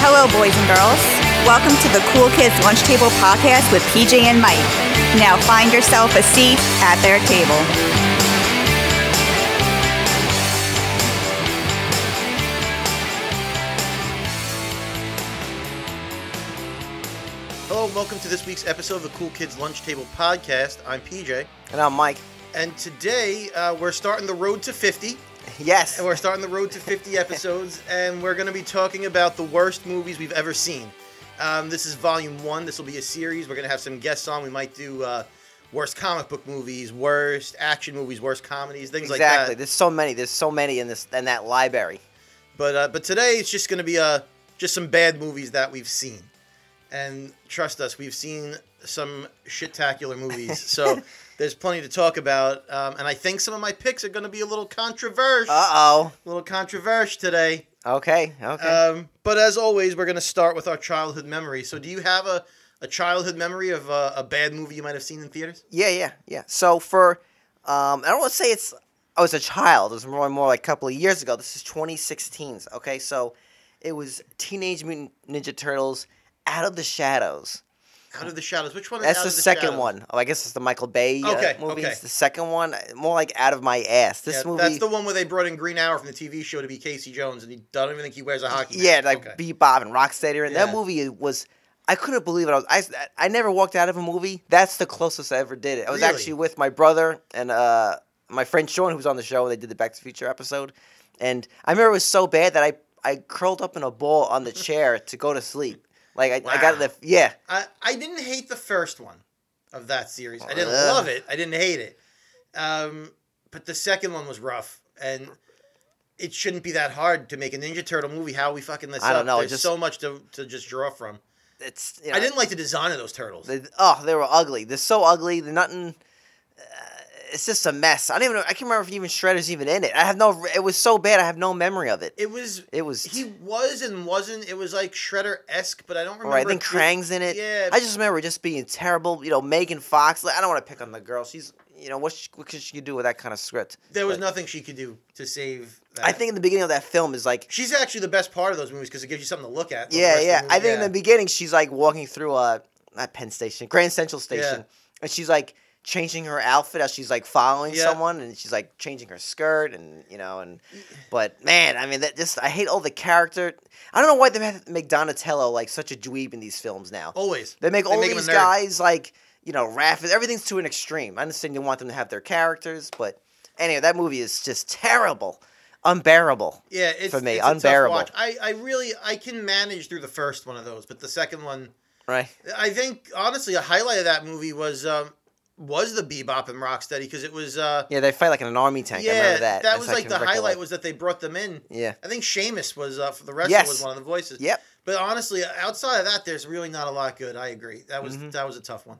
Hello, boys and girls. Welcome to the Cool Kids Lunch Table Podcast with PJ and Mike. Now find yourself a seat at their table. Hello and welcome to this week's episode of the Cool Kids Lunch Table Podcast. I'm PJ, And I'm Mike. and today uh, we're starting the road to 50, Yes. and we're starting the road to 50 episodes, and we're going to be talking about the worst movies we've ever seen. Um, this is volume one. This will be a series. We're going to have some guests on. We might do uh, worst comic book movies, worst action movies, worst comedies, things like Exactly. that. There's so many. There's so many in this in that library. But uh, but today it's just going to be uh, just some bad movies that we've seen, and trust us, we've seen some shit-tacular movies. So there's plenty to talk about, um, and I think some of my picks are going to be a little controversial, Uh oh. a little controversial today. Okay. Okay. Um, but as always, we're going to start with our childhood memory. So do you have a a childhood memory of uh, a bad movie you might have seen in theaters? yeah. Yeah. Yeah. So for, um, I don't want to say it's. I was a child. It was more more like a couple of years ago. This is 2016. Okay. So, it was Teenage Mutant Ninja Turtles: Out of the Shadows. Out of the Shadows. Which one? Is That's Out the, of the second Shadows? one. Oh, I guess it's the Michael Bay uh, Okay, movie. okay. It's the second one. uh, More like out of my ass. This Yeah, movie. That's the one where they brought in Green Hour from the TV show to be Casey Jones, and he I don't even think he wears a hockey. mask. Yeah, like Okay. Bebop and Rocksteady. And Yeah. that movie was, I couldn't believe it. I was, I, I never walked out of a movie. That's the closest I ever did it. I was Really? actually with my brother and uh, my friend Sean, who was on the show, and they did the Back to the Future episode. And I remember it was so bad that I, I curled up in a ball on the chair to go to sleep. Like I, I got Wow. the yeah. I, I didn't hate the first one of that series. I didn't Ugh. love it. I didn't hate it. Um, but the second one was rough, and it shouldn't be that hard to make a Ninja Turtle movie. How are we fucking this I don't up? know, it There's just- so much to, to just draw from. It's you know, I didn't like the design of those turtles. They, oh, they were ugly. They're so ugly. They're nothing. Uh, it's just a mess. I don't even. know- I can't remember if even Shredder's even in it. I have no. It was so bad. I have no memory of it. it was It was. he was and wasn't. It was like Shredder esque, but I don't remember. Right, I think it- Krang's in it. Yeah. I just remember it just being terrible. You know, Megan Fox. Like, I don't want to pick on the girl. She's, you know, what, she, what could she do with that kind of script? there was but- nothing she could do to save. That. I think in the beginning of that film is like, she's actually the best part of those movies because it gives you something to look at. the rest yeah, of the yeah. movie. I think in the beginning she's like walking through a not Penn Station, Grand Central Station, and she's like changing her outfit as she's like following Yeah. someone, and she's like changing her skirt, and you know, and but man, I mean, that just I hate all the character. I don't know why they have- make Donatello like such a dweeb in these films now. always They make They all make him a these nerd. guys like you know raff. Everything's to an extreme. I understand you want them to have their characters, but anyway, that movie is just terrible, unbearable. Yeah, it's, for me, it's a tough unbearable. watch. I, I really I can manage through the first one of those, but the second one, Right? I think honestly, a highlight of that movie was um, was the Bebop and Rocksteady because it was uh, Yeah, they fight like in an army tank. I remember that. That's was what I like can the recollect. highlight was that they brought them in. Yeah. I think Seamus was uh, for the wrestler Yes. was one of the voices. Yep. But honestly, outside of that, there's really not a lot good. I agree. That was Mhm. that was a tough one.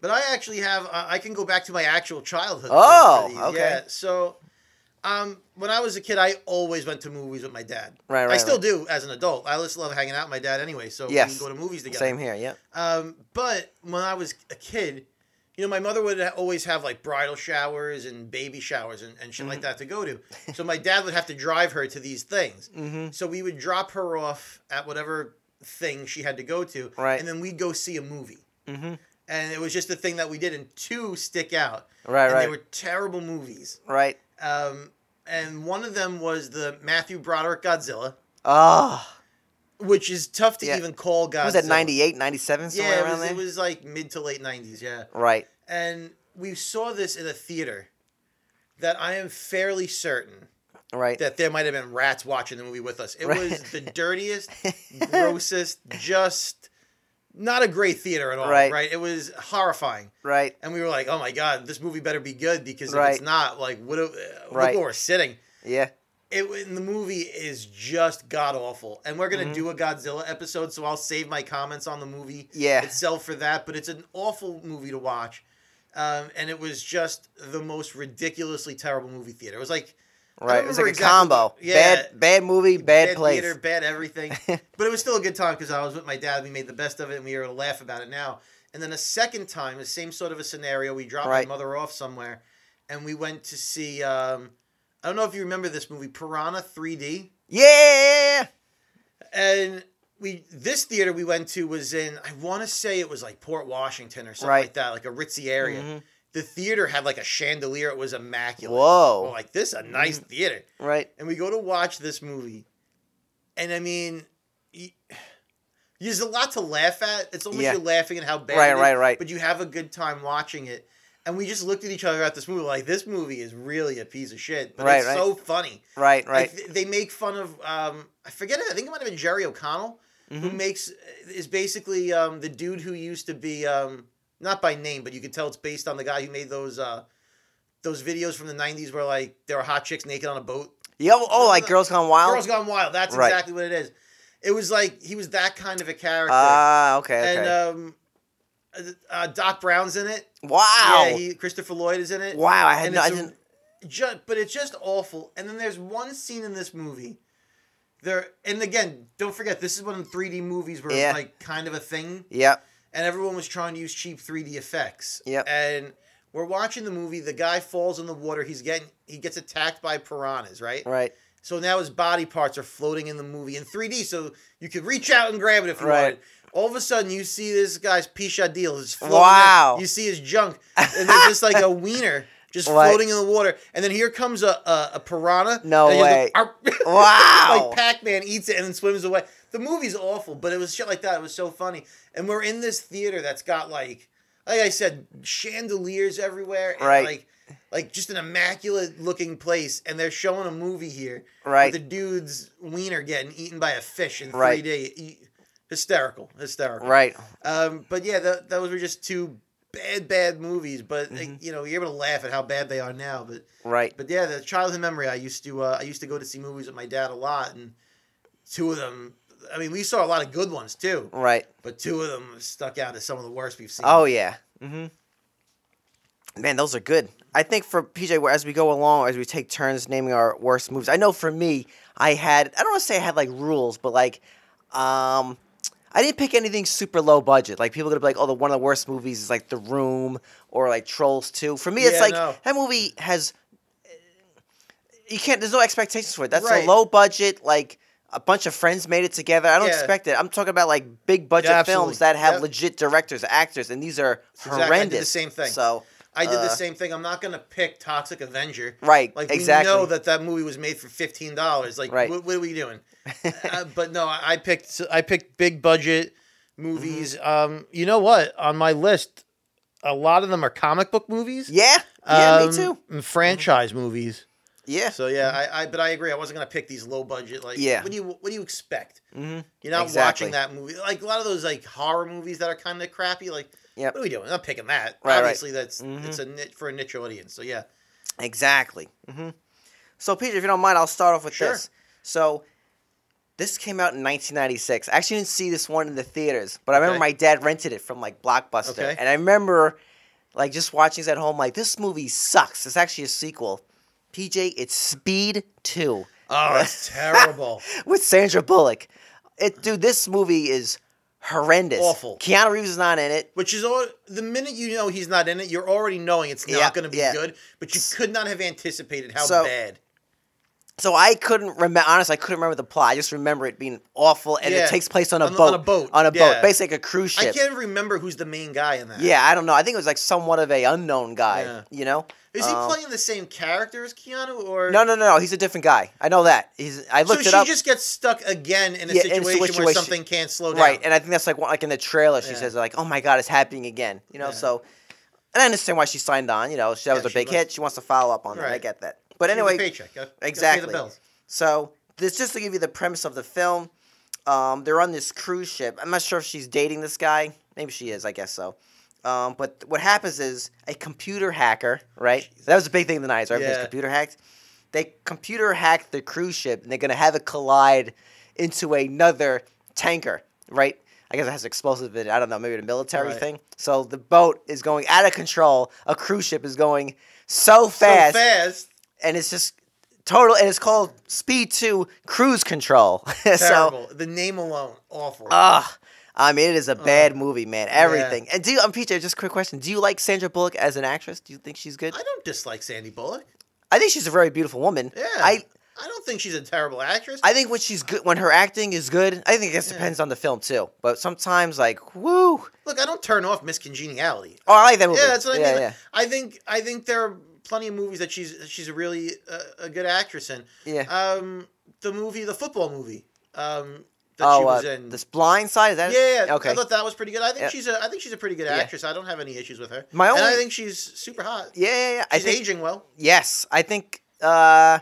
But I actually have. Uh, I can go back to my actual childhood. for- Oh, for these. okay. Yeah. So, um, when I was a kid, I always went to movies with my dad. Right, right. I still right. do as an adult. I just love hanging out with my dad anyway, so we Yes. can go to movies together. Same here. Yeah. Um, but when I was a kid, you know, my mother would ha- always have like bridal showers and baby showers and, and shit Mm-hmm. like that to go to. So my dad would have to drive her to these things. Mm-hmm. So we would drop her off at whatever thing she had to go to, Right. and then we'd go see a movie. Mm-hmm. And it was just the thing that we did, and two stick out. Right. and Right. they were terrible movies. right. Um, and one of them was the Matthew Broderick Godzilla Oh, which is tough to Yeah. even call Godzilla. was that 98, 97, somewhere Yeah, it around was, there? it was like mid to late nineties. Yeah, right. and we saw this in a theater that I am fairly certain Right. that there might have been rats watching the movie with us. It Right. was the dirtiest, grossest, just not a great theater at all. Right. right, it was horrifying. right. And we were like, "Oh my god, this movie better be good because if Right. it's not, like, what? do- uh, Right. Look where we're sitting." Yeah. it and the movie is just god awful and we're gonna Mhm. do a godzilla episode so i'll save my comments on the movie Yeah. itself for that but it's an awful movie to watch um, and it was just the most ridiculously terrible movie theater it was like right. It was remember like a exactly- combo. yeah. Bad. Bad movie. Bad, place. theater bad everything but it was still a good time because i was with my dad we made the best of it and we were to laugh about it now and then a second time the same sort of a scenario we dropped Right. my mother off somewhere and we went to see um, i don't know if you remember this movie piranha 3d yeah. and we this theater we went to was in I want to say it was like Port Washington or something Right. Mm-hmm. like that, like a ritzy area. The theater had like a chandelier; it Oh, was immaculate. Whoa. Mm-hmm. We're like this, is a nice theater. Right. And we go to watch this movie, and I mean, y- there's a lot to laugh at. It's almost Yeah. you're laughing at how bad, Right, it is, right, right. But you have a good time watching it. And we just looked at each other at this movie like this movie is really a piece of shit, but Right, it's right. so funny. Right. Like, Right. th- they make fun of um, I forget it. I think it might have been Jerry O'Connell Mm-hmm. who makes is basically um, the dude who used to be um, not by name, but you can tell it's based on the guy who made those uh, those videos from the '90s where like there were hot chicks naked on a boat. Yeah. Oh, oh, like Girls Gone Wild. Girls Gone Wild. That's Right. exactly what it is. It was like he was that kind of a character, Ah. Okay. Okay. and um, uh, uh, Doc Brown's in it. wow. Yeah, he, Christopher Lloyd is in it. wow. I had And no. I it's a- didn't. ju- but it's just awful. And then there's one scene in this movie. There and again, don't forget this is when 3D movies were Yeah. like kind of a thing, Yep. and everyone was trying to use cheap 3D effects. Yep. And we're watching the movie. The guy falls in the water. He's getting he gets attacked by piranhas, right? Right. So now his body parts are floating in the movie in 3D, so you could reach out and grab it if you Right. wanted. All of a sudden, you see this guy's pisha deal is floating. Wow. there. You see his junk, and there's just like a wiener just What? floating in the water. And then here comes a a, a piranha. No and way. Just, like, Wow. like Pac Man eats it and then swims away. The movie's awful, but it was shit like that. It was so funny. And we're in this theater that's got like, like I said, chandeliers everywhere. And Right. Like, like just an immaculate looking place, and they're showing a movie here. Right. With the dude's wiener getting eaten by a fish in Right. 3D. E- Hysterical, hysterical. Right. Um, but yeah, tho- those were just two bad, bad movies. But like, Mm-hmm. you know, you're able to laugh at how bad they are now. But Right. but yeah, the childhood memory. I used to uh, I used to go to see movies with my dad a lot, and two of them. I mean, we saw a lot of good ones too, Right. but two of them stuck out as some of the worst we've seen. Oh yeah. Mm-hmm. Man, those are good. I think for PJ, where- as we go along, as we take turns naming our worst moves, I know for me, I had I don't want to say I had like rules, but like, um, I didn't pick anything super low budget. Like people are gonna be like, oh, the one of the worst movies is like The Room or like Trolls Two. For me, it's Yeah, like no. that movie has eh, you can't. There's no expectations for it. That's Right. a low budget like. A bunch of friends made it together. I don't Yeah. expect it. I'm talking about like big budget Yeah, absolutely. films that have Yep. legit directors, actors, and these are exactly- I horrendous. did the same thing. So I did uh, the same thing. I'm not gonna pick Toxic Avenger. Right, Like exactly. we know that that movie was made for fifteen dollars. Like Right. what, what are we doing? uh, but no, I I picked I picked big budget movies. Mm-hmm. Um, you know what? On my list, a lot of them are comic book movies. Yeah, yeah, um, me too. and franchise movies. Yeah, So yeah, I, I but I agree. I wasn't gonna pick these low budget like. Yeah. What do you What do you expect? Mm-hmm. You're not Exactly. watching that movie. Like a lot of those like horror movies that are kind of crappy. Like, Yep. what are we doing? I'm not picking that. Right, Mm-hmm. right. Obviously, that's it's a niche for a niche audience. So yeah, exactly. hmm So, Peter, if you don't mind, I'll start off with mm-hmm. Sure. this. So, this came out in 1996. I actually didn't see this one in the theaters, but I remember Okay. my dad rented it from like Blockbuster, Okay. and I remember like just watching this at home. Like this movie sucks. It's actually a sequel. PJ, it's Speed Two. oh, that's terrible. with Sandra Bullock. It, dude, this movie is horrendous. Awful. Keanu Reeves is not in it. Which is all the minute you know he's not in it, you're already knowing it's not Yeah, going to be yeah. good. But you could not have anticipated how So- bad. So I couldn't remember. Honestly, I couldn't remember the plot. I just remember it being awful, and Yeah. it takes place on a On the- boat. on a boat, On a yeah. boat, basically like a cruise I ship. can't even remember who's the main guy in that. yeah, I don't know. I think it was like somewhat of a unknown guy. Yeah. You know? Is he Um, playing the same character as Keanu or No, no, no, no. He's a different guy. I know that. He's. I So looked she it up. just gets stuck again in a, Yeah, in a situation, where situation- something can't slow down. right, and I think that's like one- like in the trailer. She Yeah. says like, "Oh my God, it's happening again." You know, Yeah. so. And I understand why she signed on. You know, she, that Yeah, was a she big must- hit. She wants to follow up on that. I Right. get that. But Give me the anyway, paycheck. Gotta- gotta pay the Exactly. bills. So this just to give you the premise of the film. Um, they're on this cruise ship. I'm not sure if she's dating this guy. Maybe she is. I guess so. Um, but what happens is a computer hacker, right? That was a big thing in the '90s. Right? Everything's Yeah. computer hacked. They computer hacked the cruise ship, and they're gonna have it collide into another tanker, right? I guess it has explosive in it. I don't know, maybe a military Right. thing. So the boat is going out of control. A cruise ship is going so fast, So fast. and it's just total and it's called speed 2 cruise control so Uh, Terrible. the name alone, awful. ugh i mean it is a bad movie man everything and do you um, pj just a quick question do you like sandra bullock as an actress do you think she's good I don't dislike Sandy Bullock. i think she's a very beautiful woman Yeah. i I don't think she's a terrible actress. I think when she's good, when her acting is good, I think this Yeah. depends on the film too. But sometimes, like, woo! Oh, Look, I don't turn off Miss Congeniality. I like that movie. Yeah, that's what I yeah, mean. Yeah, I think I think there are plenty of movies that she's she's a really uh, a good actress in. yeah. Um, the movie, the football movie, um, that oh, she was uh, in. this Blind Side is that? yeah, yeah, Okay. I thought that was pretty good. I think Yeah. she's a I think she's a pretty good Yeah. actress. I don't have any issues with her. My and I only- think she's super hot. yeah, yeah, yeah. I She's think aging well. yes. I think uh,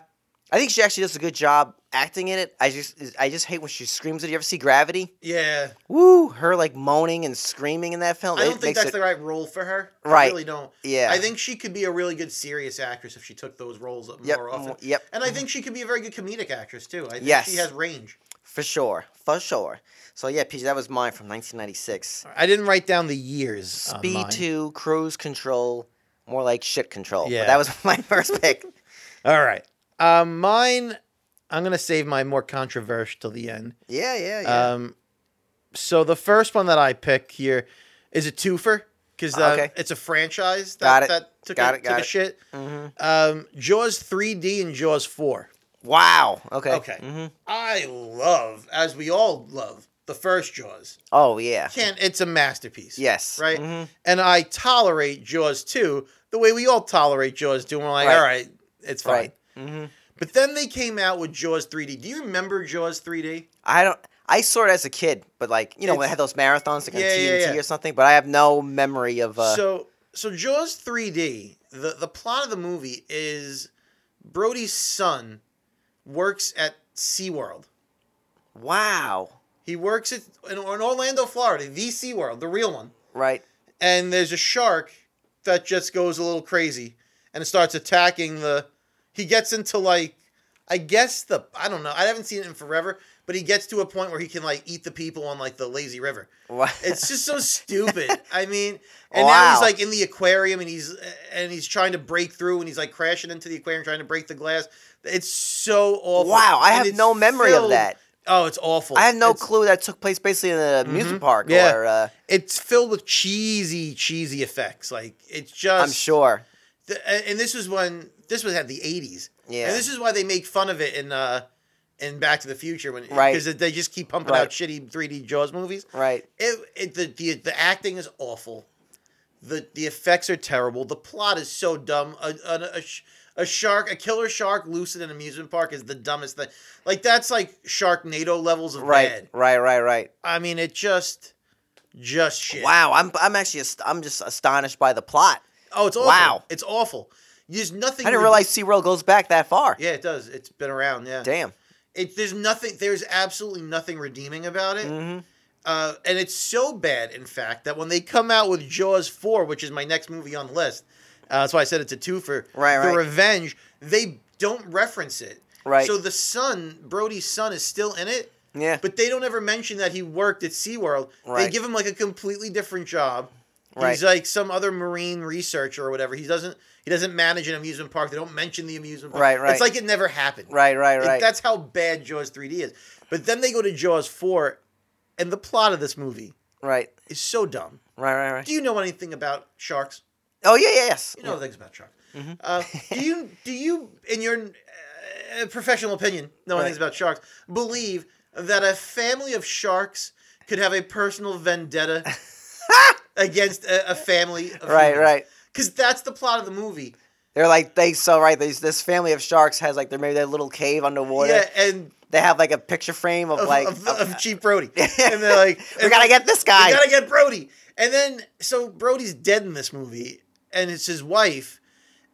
I think she actually does a good job acting in it. I just I just hate when she screams. Did you ever see Gravity? Yeah, Woo! Her like moaning and screaming in that film. I it don't think makes that's it, the right role for her. I Right. really don't. yeah. I think she could be a really good serious actress if she took those roles up yep, more often. mm, yep, And I think she could be a very good comedic actress too. I think Yes. she has range. for sure, for sure. So yeah, PG, that was mine from 1996. I didn't write down the years. Speed two, cruise control, more like shit control. Yeah, Yeah. but that was my first pick. All right. Um, mine. I'm gonna save my more controversial till the end. Yeah, yeah, yeah. Um, so the first one that I pick here is a twofer because uh, Okay. it's a franchise that, Got it. that took, Got a, it, got took a it. shit. Mhm. Um, Jaws 3D and Jaws 4. Wow. Okay. Okay. Mhm. I love, as we all love, the first Jaws. Oh yeah. Can't it's a masterpiece. Yes. Right? Mhm. And I tolerate Jaws 2 the way we all tolerate Jaws 2. And we're like, Right. all right, it's fine. Right. Mhm. But then they came out with Jaws 3D. Do you remember Jaws 3D? I don't. I saw it as a kid, but like you know, when It's- I had those marathons like on Yeah, yeah, TNT yeah. or something. But I have no memory of. Uh, so so Jaws 3D, the the plot of the movie is Brody's son works at SeaWorld. wow. He works at in, in Orlando, Florida, the SeaWorld, the real one. Right. And there's a shark that just goes a little crazy and it starts attacking the he gets into like I guess the I don't know. I haven't seen it in forever, but he gets to a point where he can like eat the people on like the lazy river. Wow. It's just so stupid. I mean, and now Wow. he's like in the aquarium and he's and he's trying to break through and he's like crashing into the aquarium trying to break the glass. It's so awful. Wow, I And have it's no memory of filled- that. Oh, it's awful. I had no It's- Mm-hmm. clue that took place basically in an amusement park Yeah. or uh, It's filled with cheesy, cheesy effects. Like it's just. I'm sure. th- and- and this was when this was at the '80s. Yeah. And this is why they make fun of it in uh in Back to the Future when Right. because they just keep pumping Right. out shitty 3D Jaws movies. Right. It, it the, the the acting is awful. The the effects are terrible. The plot is so dumb. A, a, a, sh- a shark, a killer shark loose in an amusement park is the dumbest thing. Like that's like Sharknado levels of Right. bad. Right. Right. Right. I mean, it just just shit. Wow. I'm I'm actually ast- I'm just astonished by the plot. Oh, it's awful. Wow. It's awful. There's nothing I didn't re- realize SeaWorld goes back that far. Yeah, it does. It's been around, yeah. Damn. It there's nothing there's absolutely nothing redeeming about it. hmm Uh, and it's so bad, in fact, that when they come out with Jaws 4, which is my next movie on the list, uh, that's why I said it's a twofer. Right, The right. Revenge, they don't reference it. Right. So the son, Brody's son, is still in it, Yeah. but they don't ever mention that he worked at SeaWorld. They Right. give him like a completely different job. Right. He's like some other marine researcher or whatever. He doesn't he doesn't manage an amusement park. They don't mention the amusement park. Right, right. It's like it never happened. Right. Right. It- Right. that's how bad Jaws 3D is. But then they go to Jaws 4, and the plot of this movie right. is so dumb. Right. Right. Right. Do you know anything about sharks? Oh yeah. yeah, Mm-hmm. Yes. You know things about sharks. Uh, do you do you in your uh, professional opinion know Right. things about sharks? Believe that a family of sharks could have a personal vendetta against a, a family of Right. Right. Because that's the plot of the movie. They're like they so right. These this family of sharks has like their maybe their little cave underwater. Yeah, and They have like a picture frame of, of, like of, of Chief Brody, and they're like, we gotta get this guy. We gotta get Brody. And then so Brody's dead in this movie, and it's his wife,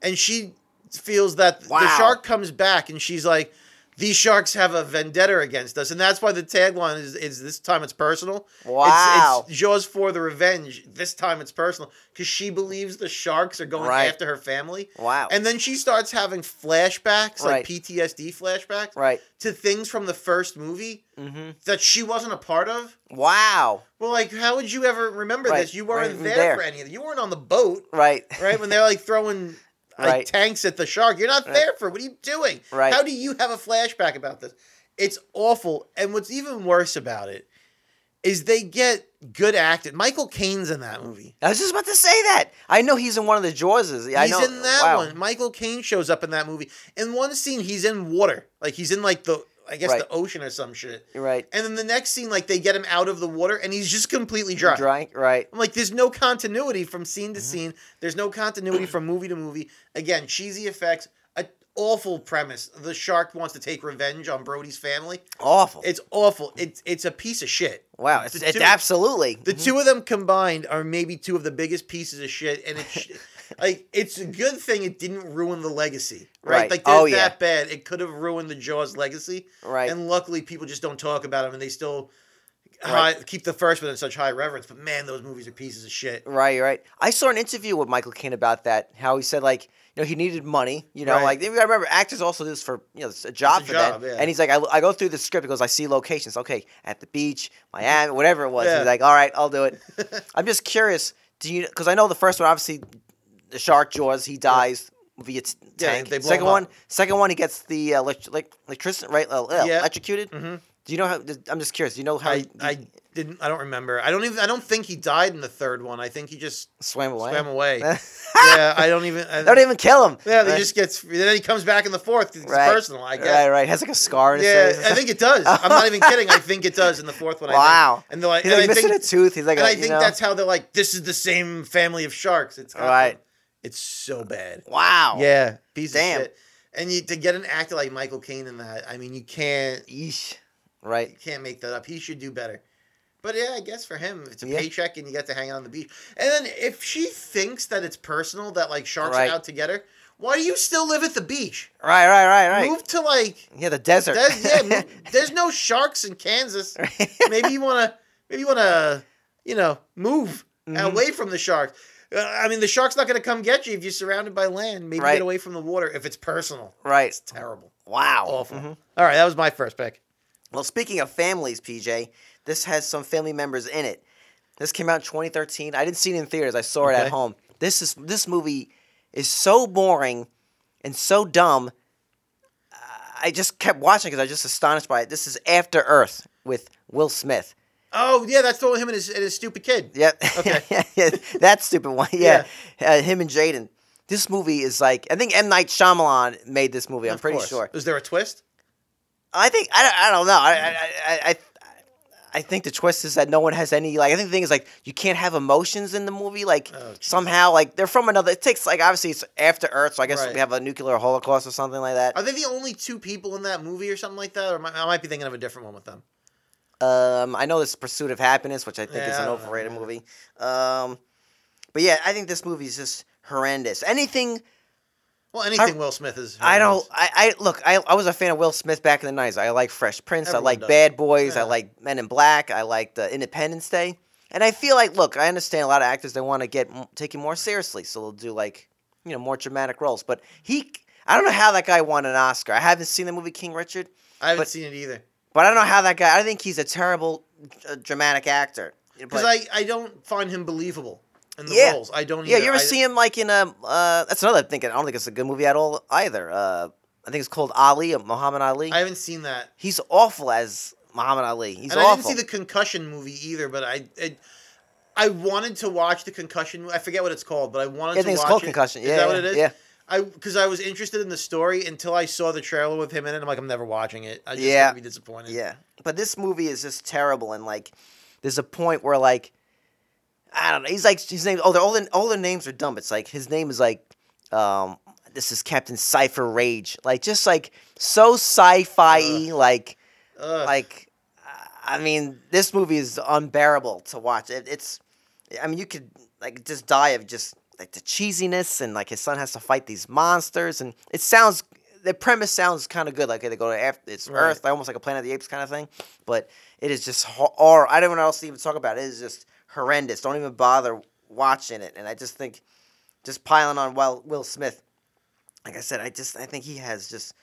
and she feels that the Wow. shark comes back, and she's like, "These sharks have a vendetta against us," and that's why the tagline is, is "This time it's personal." Wow. It's, it's Jaws for the revenge. This time it's personal because she believes the sharks are going Right. after her family. Wow. And then she starts having flashbacks, like Right. PTSD flashbacks, right. to things from the first movie hmm that she wasn't a part of. Wow. Well, like, how would you ever remember Right, this? You weren't right, there, there. for any of it. You weren't on the boat, Right. right? When they're like throwing like Right. tanks at the shark, you're not Right. there for. it. What are you doing? Right. How do you have a flashback about this? It's awful. And what's even worse about it is they get good acted. Michael Caine's in that movie. I was just about to say that. I know he's in one of the Jaws. Yeah, I he's know. in that wow. one. Michael Caine shows up in that movie. In one scene, he's in water, like he's in like the I guess Right. the ocean or some shit. You're Right. And then the next scene, like they get him out of the water, and he's just completely dry. Dry. Right. I'm like, there's no continuity from scene Mm-hmm. to scene. There's no continuity from movie to movie. Again, cheesy effects, an awful premise. The shark wants to take revenge on Brody's family. Awful. It's awful. It's it's a piece of shit. wow. It's, the it's two- absolutely. The two of them combined are maybe two of the biggest pieces of shit, and it's like it's a good thing it didn't ruin the legacy, right? Right. Like they're Oh, that yeah. bad. It could have ruined the Jaws legacy, Right. And luckily, people just don't talk about them, and they still Right. high, keep the first one in such high reverence. But man, those movies are pieces of shit. Right, right. I saw an interview with Michael Caine about that. How he said like, you know, he needed money. You know, Right. like I remember actors also do this for you know it's a job It's a for them. job, yeah. And he's like, I, I go through the script. He goes, I see locations. Okay, at the beach, Miami, whatever it was. Yeah. He's like, all right, I'll do it. I'm just curious. Do you? Because I know the first one, obviously, the shark jaws. He dies via t- Yeah, tank. they blow second him up. one, second one, he gets the uh, elect- like electricity right uh, uh, Yeah. Mm-hmm. electrocuted. Do you know how? I'm just curious. Do you know how I, he I didn't. I don't remember. I don't even. I don't think he died in the third one. I think he just swam away? swam away. yeah, I don't even. I, They don't even kill him. yeah, they Right. just gets. Then he comes back in the fourth. 'cause It's personal, I guess. Right, right. Has like a scar. In Yeah, his face. I think it does. I'm not even kidding. I think it does in the fourth one. I think. Wow. And, they're like, He's and like I missing think, a tooth. He's like, and a, I you think know? that's how they're like, this is the same family of sharks. It's got Right. them. It's so bad. wow. Yeah, piece Damn. of shit. And you, to get an actor like Michael Caine in that, I mean, you can't Yeesh. you Right. can't make that up. He should do better. But yeah, I guess for him, it's a Yeah. paycheck and you get to hang out on the beach. And then if she thinks that it's personal, that like sharks Right. are out to get her, why do you still live at the beach? Right. Right. Right. Right. Move to like Yeah, the desert. There's, yeah, mo- there's no sharks in Kansas. Maybe you wanna, maybe you wanna, you know, move away from the sharks. Uh, I mean, the shark's not gonna come get you if you're surrounded by land. Maybe Right. get away from the water if it's personal. right. Terrible, Wow. awful. All right, that was my first pick. Well, speaking of families, PJ, this has some family members in it. This came out in 2013. I didn't see it in theaters. I saw it Okay. at home. This is this movie is so boring and so dumb. I just kept watching because I was just astonished by it. This is After Earth with Will Smith. Oh yeah, that's the one with him and his, and his stupid kid. Yep. Okay. yeah, yeah, that stupid one. Yeah. Uh, him and Jaden. This movie is like I think M Night Shyamalan made this movie. I'm Of pretty course. sure. Is there a twist? I think I don't, I don't know. I, I- I I I think the twist is that no one has any like. I think the thing is like you can't have emotions in the movie. Like Oh, geez. somehow like they're from another. It takes like obviously it's after Earth, so I guess Right. we have a nuclear holocaust or something like that. Are they the only two people in that movie or something like that? Or am I, I might be thinking of a different one with them. Um, I know this Pursuit of Happiness, which I think Yeah, is I an don't know, overrated yeah. movie. Um, but yeah, I think this movie is just horrendous. Anything Well, anything Will Smith is. I don't. I, I look. I, I was a fan of Will Smith back in the nineties. I like Fresh Prince. Everyone I like does. Bad Boys. Yeah. I like Men in Black. I like the Independence Day. And I feel like, look, I understand a lot of actors they want to get m- taken more seriously, so they'll do like you know more dramatic roles. But he, I don't know how that guy won an Oscar. I haven't seen the movie King Richard, I haven't but- seen it either. but I don't know how that guy. I think he's a terrible uh, dramatic actor. because But- I, I don't find him believable in the Yeah. roles. I don't. Yeah, either. you ever I, see him like in a? Uh, that's another thing. I don't think it's a good movie at all either. Uh, I think it's called Ali, uh, Muhammad Ali. I haven't seen that, He's awful as Muhammad Ali. He's and I awful. didn't see the concussion movie either. But I, I, I wanted to watch the concussion. mo- I forget what it's called, but I wanted Yeah, to I think it's watch called it. Concussion. Is Yeah, that what yeah, it is? yeah. I because I was interested in the story until I saw the trailer with him in it. I'm like, I'm never watching it. I just Yeah. gonna be disappointed. yeah, but this movie is just terrible, and like, there's a point where like, I don't know. He's like his name. Oh, they're all the all their names are dumb. It's like his name is like, um, this is Captain Cipher Rage. Like just like so sci-fi. y Like Ugh. like, I mean, this movie is unbearable to watch. It, it's, I mean, you could like just die of just like the cheesiness and like his son has to fight these monsters and it sounds the premise sounds kind of good. Like they go to after, it's Right. Earth, almost like a Planet of the Apes kind of thing. But it is just hor- or I don't know what else to even talk about. It is just horrendous. Don't even bother watching it. And I just think, just piling on Will Will Smith. Like I said, I just I think he has just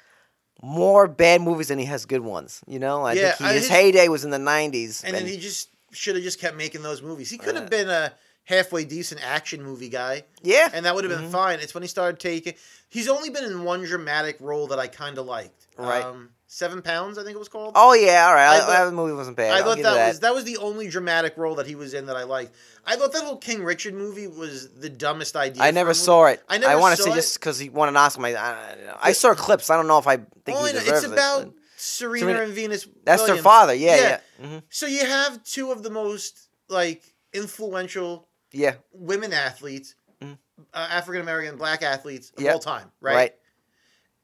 more bad movies than he has good ones. You know, I Yeah, think he, I- his his- heyday was in the '90s. and then he just should have just kept making those movies. He could have been a halfway decent action movie guy. yeah, and that would have Mm-hmm. been fine. It's when he started taking. He's only been in one dramatic role that I kind of liked. Right. Um, Seven Pounds, I think it was called. Oh yeah, all right. I I thought- the movie wasn't bad. I I'll thought give that, you that was that was the only dramatic role that he was in that I liked. I thought that little King Richard movie was the dumbest idea. I for a never movie. saw it. I I, never want to saw say it. just because he won an Oscar. I, I, don't know. I saw clips. I don't know if I think Well, he I know, deserves Oh, it's it, about but- Serena, Serena- and Venus. That's their Williams. father. Yeah, yeah, yeah. hmm So you have two of the most like influential yeah women athletes, Mhm. uh, African American black athletes of Yep. all time, right? right.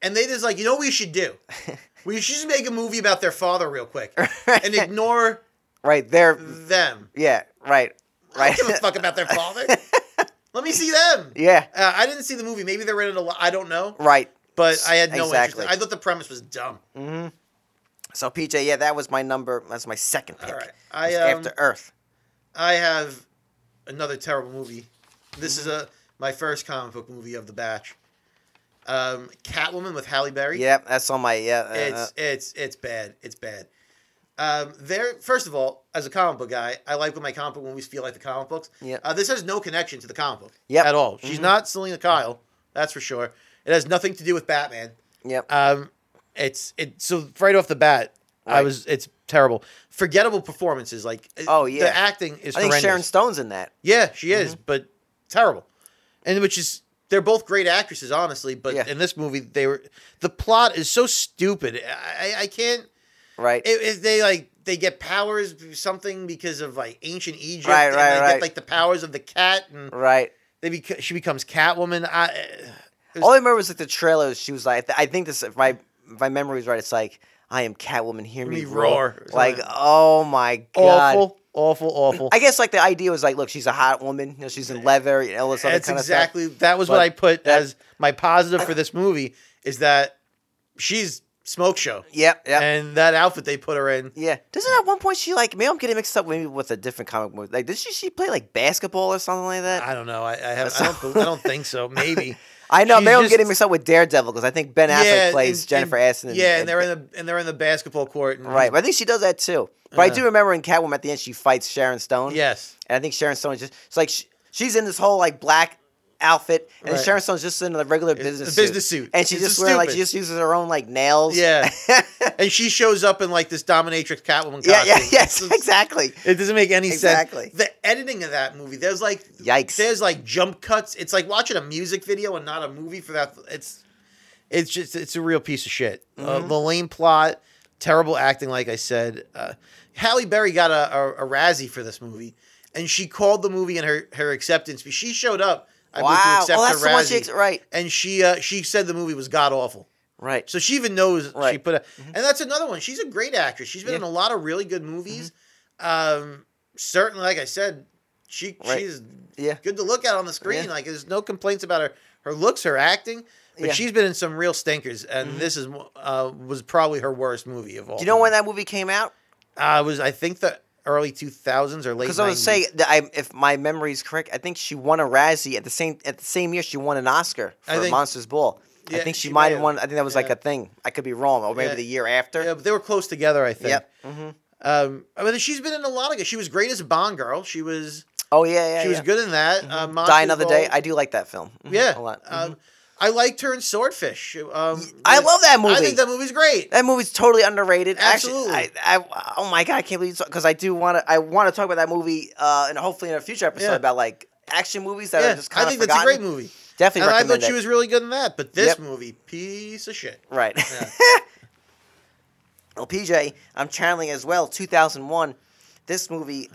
And they just like, you know, what we should do. we should just make a movie about their father real quick Right. and ignore there. them. Yeah, right, I right. don't give a fuck about their father. Let me see them. yeah, Uh, I didn't see the movie. Maybe they're in it a lot. I don't know. right. But I had no Exactly. interest. I thought the premise was dumb. hmm So PJ, yeah, that was my number. That's my second pick. All right. I It's um, After Earth. I have another terrible movie. This is a my first comic book movie of the batch. Um, Catwoman with Halle Berry. Yeah, that's on my yeah. uh, It's it's it's bad. It's bad. Um, there. First of all, as a comic book guy, I like when my comic book movies feel like the comic books. Yep. Uh, this has no connection to the comic book. Yep. At all. She's Mhm. not Selena Kyle. That's for sure. It has nothing to do with Batman. yep. Um, it's it. So right off the bat, I Right. was. It's terrible. Forgettable performances. Like it- Oh, yeah. the acting is. I think horrendous. Sharon Stone's in that. Yeah, she is, Mm-hmm. but terrible. And which is they're both great actresses, honestly. But Yeah. in this movie, they were the plot is so stupid. I I- I can't. Right. It, it- they like they get powers through something because of like ancient Egypt. Right, and right, they Get, right. like the powers of the cat, and right. they bec- she becomes Catwoman. I, eh, All I remember was like the trailers. She was like, I think this. If my if my memory is right, it's like I am Catwoman. Hear me, me roar, roar. or Like, something. oh my god. awful, awful, awful. I guess like the idea was like, look, she's a hot woman. You know, she's in leather. You know, all this other That's kind of exactly that was what But I put that- as my positive for this movie is that she's smoke show. stuff. Yep. Yep. And that outfit they put her in. yeah. Doesn't at one point she like? Maybe I'm getting mixed up maybe with a different comic book. Like, did she she play like basketball or something like that? I, I don't know. I, I have. I don't. bel- I don't think so. Maybe. know. she's Maybe I'm just- getting mixed up with Daredevil because I think Ben Affleck plays and- Jennifer and- Aniston. yeah, and they're in the and they're in the basketball court. And right. But I think she does that too. But I Uh. do remember in Catwoman at the end she fights Sharon Stone. Yes. And I think Sharon Stone is just it's like she, she's in this whole like black outfit, and Right. then Sharon Stone's just in the regular business suit. business suit. and she's It's just wearing like stupid. she just uses her own like nails. Yeah. yeah, and she shows up in like this dominatrix Catwoman costume. yeah, yes, It's- exactly. It doesn't make any Exactly. sense. The editing of that movie. There's like Yikes. There's like jump cuts. It's like watching a music video and not a movie for that. It's it's just it's a real piece of shit. Uh, Mm-hmm. the lame plot, terrible acting. Like I said, uh, Halle Berry got a, a, a Razzie for this movie, and she called the movie in her her acceptance. speech. She showed up. I believe, to Wow. accept Oh, her that's the one she Razzie, ex- right, and she uh, she said the movie was god awful. right. So she even knows she Right. Mm-hmm. put a, and that's another one. She's a great actress. She's been Yeah. Mm-hmm. in a lot of really good movies. Um, certainly, like I said, she Right. she's Yeah, good to look at on the screen. Yeah. Like there's no complaints about her her looks, her acting. But Yeah. Mm-hmm. she's been in some real stinkers, and this is uh, was probably her worst movie of all. do you know when time. that movie came out? uh, it was I think the early two thousands or late. Because I would 90s. say that I, if my memory is correct, I think she won a Razzie at the same at the same year she won an Oscar I for think- Monsters Ball. I Yeah, think she, she may might have have. won. I think that was like Yeah. a thing. I could be wrong, or maybe Yeah. the year after. yeah, but they were close together. I think. Yep. hmm Um, I mean, she's been in a lot of. good- She was great as a Bond girl. She was Oh yeah, yeah. she was yeah. Mm-hmm. good in that. Uh, Die Monsters Another Ball. Day. I do like that film. Mhm, Yeah, a lot. Mhm. Um, I liked her in Swordfish. Um, I love that I movie. think that movie's great. that movie's totally underrated. Actually, Absolutely. I, I, oh my god, I can't believe because I do want to. I want to talk about that movie, uh, and hopefully in a future episode Yeah. about like action movies that Yeah, are just I kind think of that's a forgotten. great movie. And Definitely I recommend thought she it. was really good in that, but this Yep. movie, piece of shit. right. well, PJ, I'm channeling as well. 2001. This movie,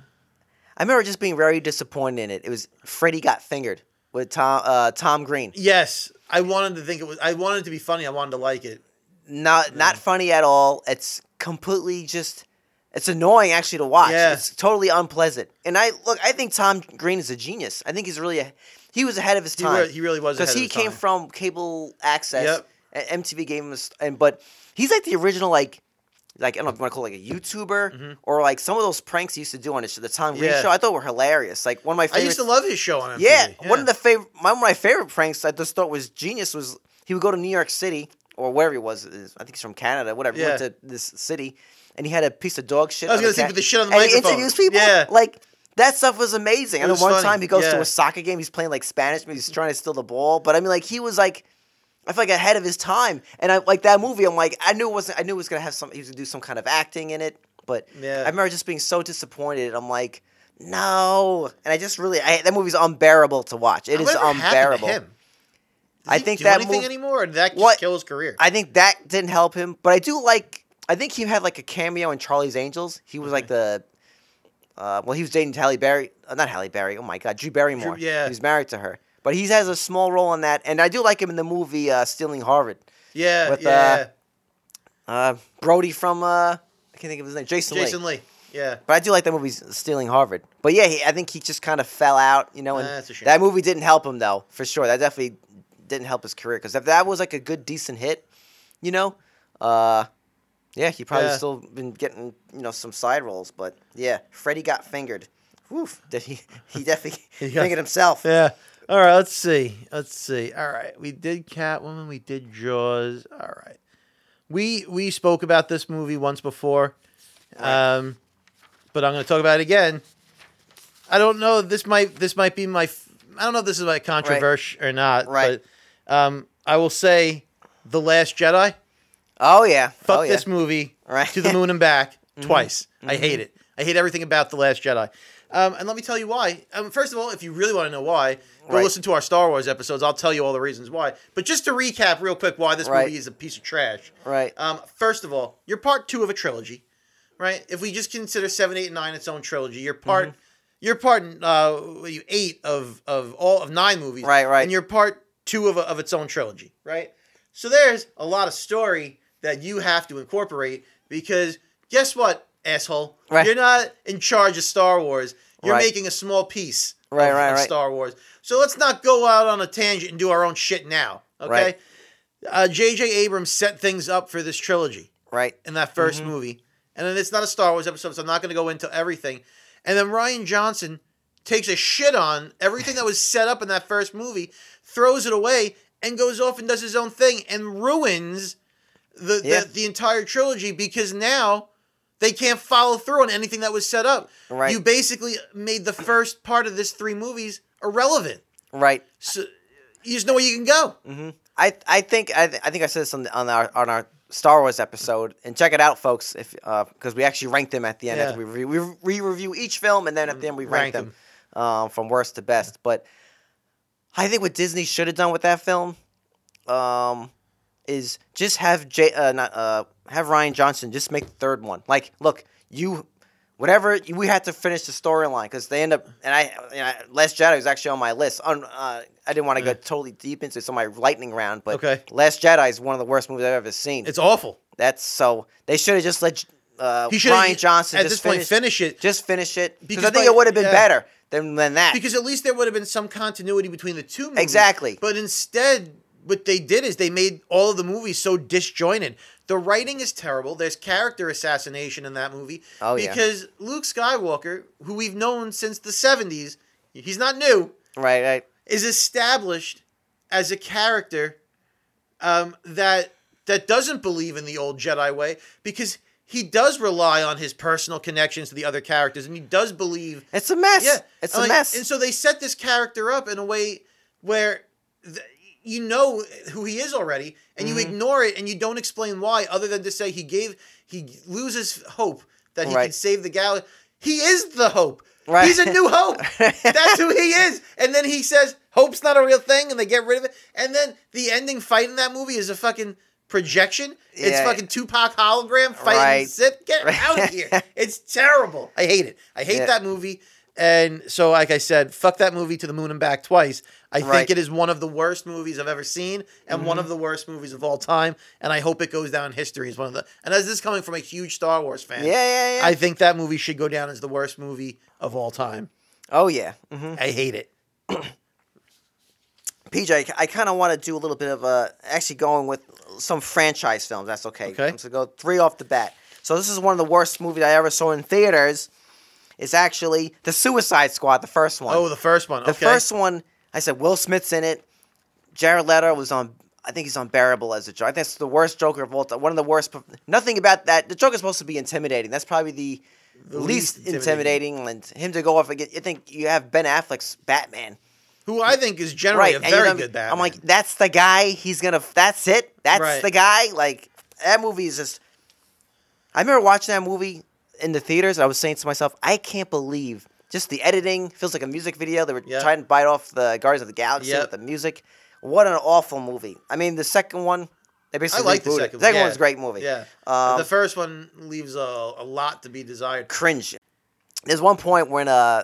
I remember just being very disappointed in it. It was Freddy Got Fingered with Tom uh, Tom Green. Yes, I wanted to think it was. I wanted it to be funny. I wanted to like it. not not funny at all. It's completely just it's annoying actually to watch. Yeah. It's totally unpleasant. And I look, I think Tom Green is a genius. I think he's really a, he was ahead of his He, re- time he really was because because he came from cable access. Yep. And MTV gave him, a st- and but he's like the original like. Like I don't know if you want to call it like a YouTuber or like some of those pranks he used to do on his show, the Tom Green Mm-hmm. Yeah. show. I thought were hilarious. Like one of my I favorite. used to love his show on MTV. Yeah, one of the favorite, one of my favorite pranks I just thought was genius was he would go to New York City or wherever he was. is- I think he's from Canada, whatever. He went Yeah. to this city and he had a piece of dog shit. I was on gonna the say, cat- put the shit on the and he microphone. interviews people. Yeah. like that stuff was amazing. and was then one funny, time he goes yeah. to a soccer game. He's playing like Spanish, but he's trying to steal the ball. But I mean, like he was like. I feel like ahead of his time. And I like that movie. I'm like, I knew it wasn't. I knew it was gonna have some. He was gonna do some kind of acting in it. But Yeah. I remember just being so disappointed. I'm like, no. And I just really I, that movie's unbearable to watch. It is Whatever happened to unbearable. him? Does I he think do that anything mov- anymore, or did that just What- kill his career? I think that didn't help him, but I do like. I think he had like a cameo in Charlie's Angels. He was like the, uh, well, he was dating Halle Berry, uh, not Halle Berry. Oh my God, Drew Barrymore. yeah. he was married to her, but he has a small role in that, and I do like him in the movie uh, Stealing Harvard. yeah, with, yeah. Uh, Brody from uh, I can't think of his name, Jason, Jason Lee. Lee. Yeah. But I do like that movie S- Stealing Harvard. But yeah, he, I think he just kind of fell out, you know. And Nah, that's a shame. that movie didn't help him though, for sure. That definitely didn't help his career because if that was like a good decent hit, you know, uh, yeah, he probably Yeah. still been getting you know some side roles. But yeah, Freddie got fingered. Woof. Did he? He definitely got- fingered himself. Yeah. All right. Let's see. Let's see. All right. We did Catwoman. We did Jaws. All right. We we spoke about this movie once before, um, but I'm going to talk about it again. I don't know. This might this might be my. f- I don't know if this is my controversial or not. Right. But um, I will say, The Last Jedi. Oh yeah. Fuck oh, yeah. this movie. Right. Mm-hmm. To the moon and back twice. I hate it. I hate everything about The Last Jedi. Um, and let me tell you why. Um, first of all, if you really want to know why, go Right. listen to our Star Wars episodes. I'll tell you all the reasons why. But just to recap real quick why this Right. movie is a piece of trash. Right. Um, first of all, you're part two of a trilogy, right? If we just consider seven, eight, and nine its own trilogy, you're part Mm-hmm. you're part uh, what are you, eight of of all of nine movies, Right, right. and you're part two of a, of its own trilogy, right? So there's a lot of story that you have to incorporate because guess what, asshole, Right. you're not in charge of Star Wars. You're Right. making a small piece Right, of, right, of right. Star Wars. So let's not go out on a tangent and do our own shit now, okay? Right. uh, J.J. Abrams set things up for this trilogy Right. in that 1st Mm-hmm. movie, and then it's not a Star Wars episode, so I'm not going to go into everything. And then Ryan Johnson takes a shit on everything that was set up in that first movie, throws it away, and goes off and does his own thing and ruins the Yeah. the, the entire trilogy because now they can't follow through on anything that was set up. Right. You basically made the first part of this three movies irrelevant. Right. So there's no way you can go. Mm-hmm. I I think I, th- I think I said this on, the, on our on our Star Wars episode, and check it out, folks, if because we actually rank them at the end. Yeah. After we, re- we re- we review each film, and then at the end we rank, Rank them, um, from worst to best. But I think what Disney should have done with that film um, is just have J uh, not uh, have Ryan Johnson just make the third one. Like, look, you. Whatever you- we had to finish the storyline because they end up and I, you know, Last Jedi was actually on my list. On uh, I didn't want to go totally deep into it, so my lightning round, but Mm. Okay. Last Jedi is one of the worst movies I've ever seen. It's awful. That's so they should have just let uh, He should Ryan Johnson at just this point finish, finish it just finish it because I Because think by- it would have been yeah. better than than that. because at least there would have been some continuity between the two movies. Exactly. But instead, what they did is they made all of the movies so disjointed. The writing is terrible. There's character assassination in that movie. Oh, yeah. because Luke Skywalker, who we've known since the 70s, he's not new, right, right, is established as a character um, that that doesn't believe in the old Jedi way because he does rely on his personal connections to the other characters and he does believe it's a mess. yeah, it's I'm a like- mess. And so they set this character up in a way where th- you know who he is already, and you Mm-hmm. ignore it, and you don't explain why, other than to say he gave he loses hope that he can Right. save the galaxy. He is the hope. Right. He's a new hope. That's who he is. And then he says, "Hope's not a real thing," and they get rid of it. And then the ending fight in that movie is a fucking projection. It's Yeah. fucking Tupac hologram fighting Right. Sith. Get Right. out of here. It's terrible. I hate it. I hate Yeah. that movie. And so, like I said, fuck that movie to the moon and back twice. I think Right. Mm-hmm. it is one of the worst movies I've ever seen, and one of the worst movies of all time. And I hope it goes down in history as one of the. And as this is coming from a huge Star Wars fan, yeah, yeah, yeah. I think that movie should go down as the worst movie of all time. oh yeah. hmm I hate it. PJ, I kind of want to do a little bit of uh, actually going with some franchise films. That's okay. Okay. I'm just gonna go three off the bat. So this is one of the worst movies I ever saw in theaters. It's actually The Suicide Squad, the first one. Oh, the first one. Mm-hmm. The okay. first one, I said Will Smith's in it. Jared Leto was on. I think he's unbearable as a Joker. I think that's the worst Joker of all time. One of the worst. perf- Nothing about that. The Joker's supposed to be intimidating. That's probably the, least least, intimidating. intimidating. And him to go off against. I think you have Ben Affleck's Batman. who I think is generally right. a and you're very gonna- good Batman. I'm like, that's the guy. He's gonna. That's it. That's Right. the guy. Like that movie is just. I remember watching that movie in the theaters. And I was saying to myself, I can't believe just the editing feels like a music video. They were Yep. trying to bite off the Guardians of the Galaxy Yep. with the music. What an awful movie. I mean, the second one. They I basically like the rebooted. second one. The second yeah. one's a great movie. Yeah. Um, the first one leaves a, a lot to be desired. cringe. There's one point when uh,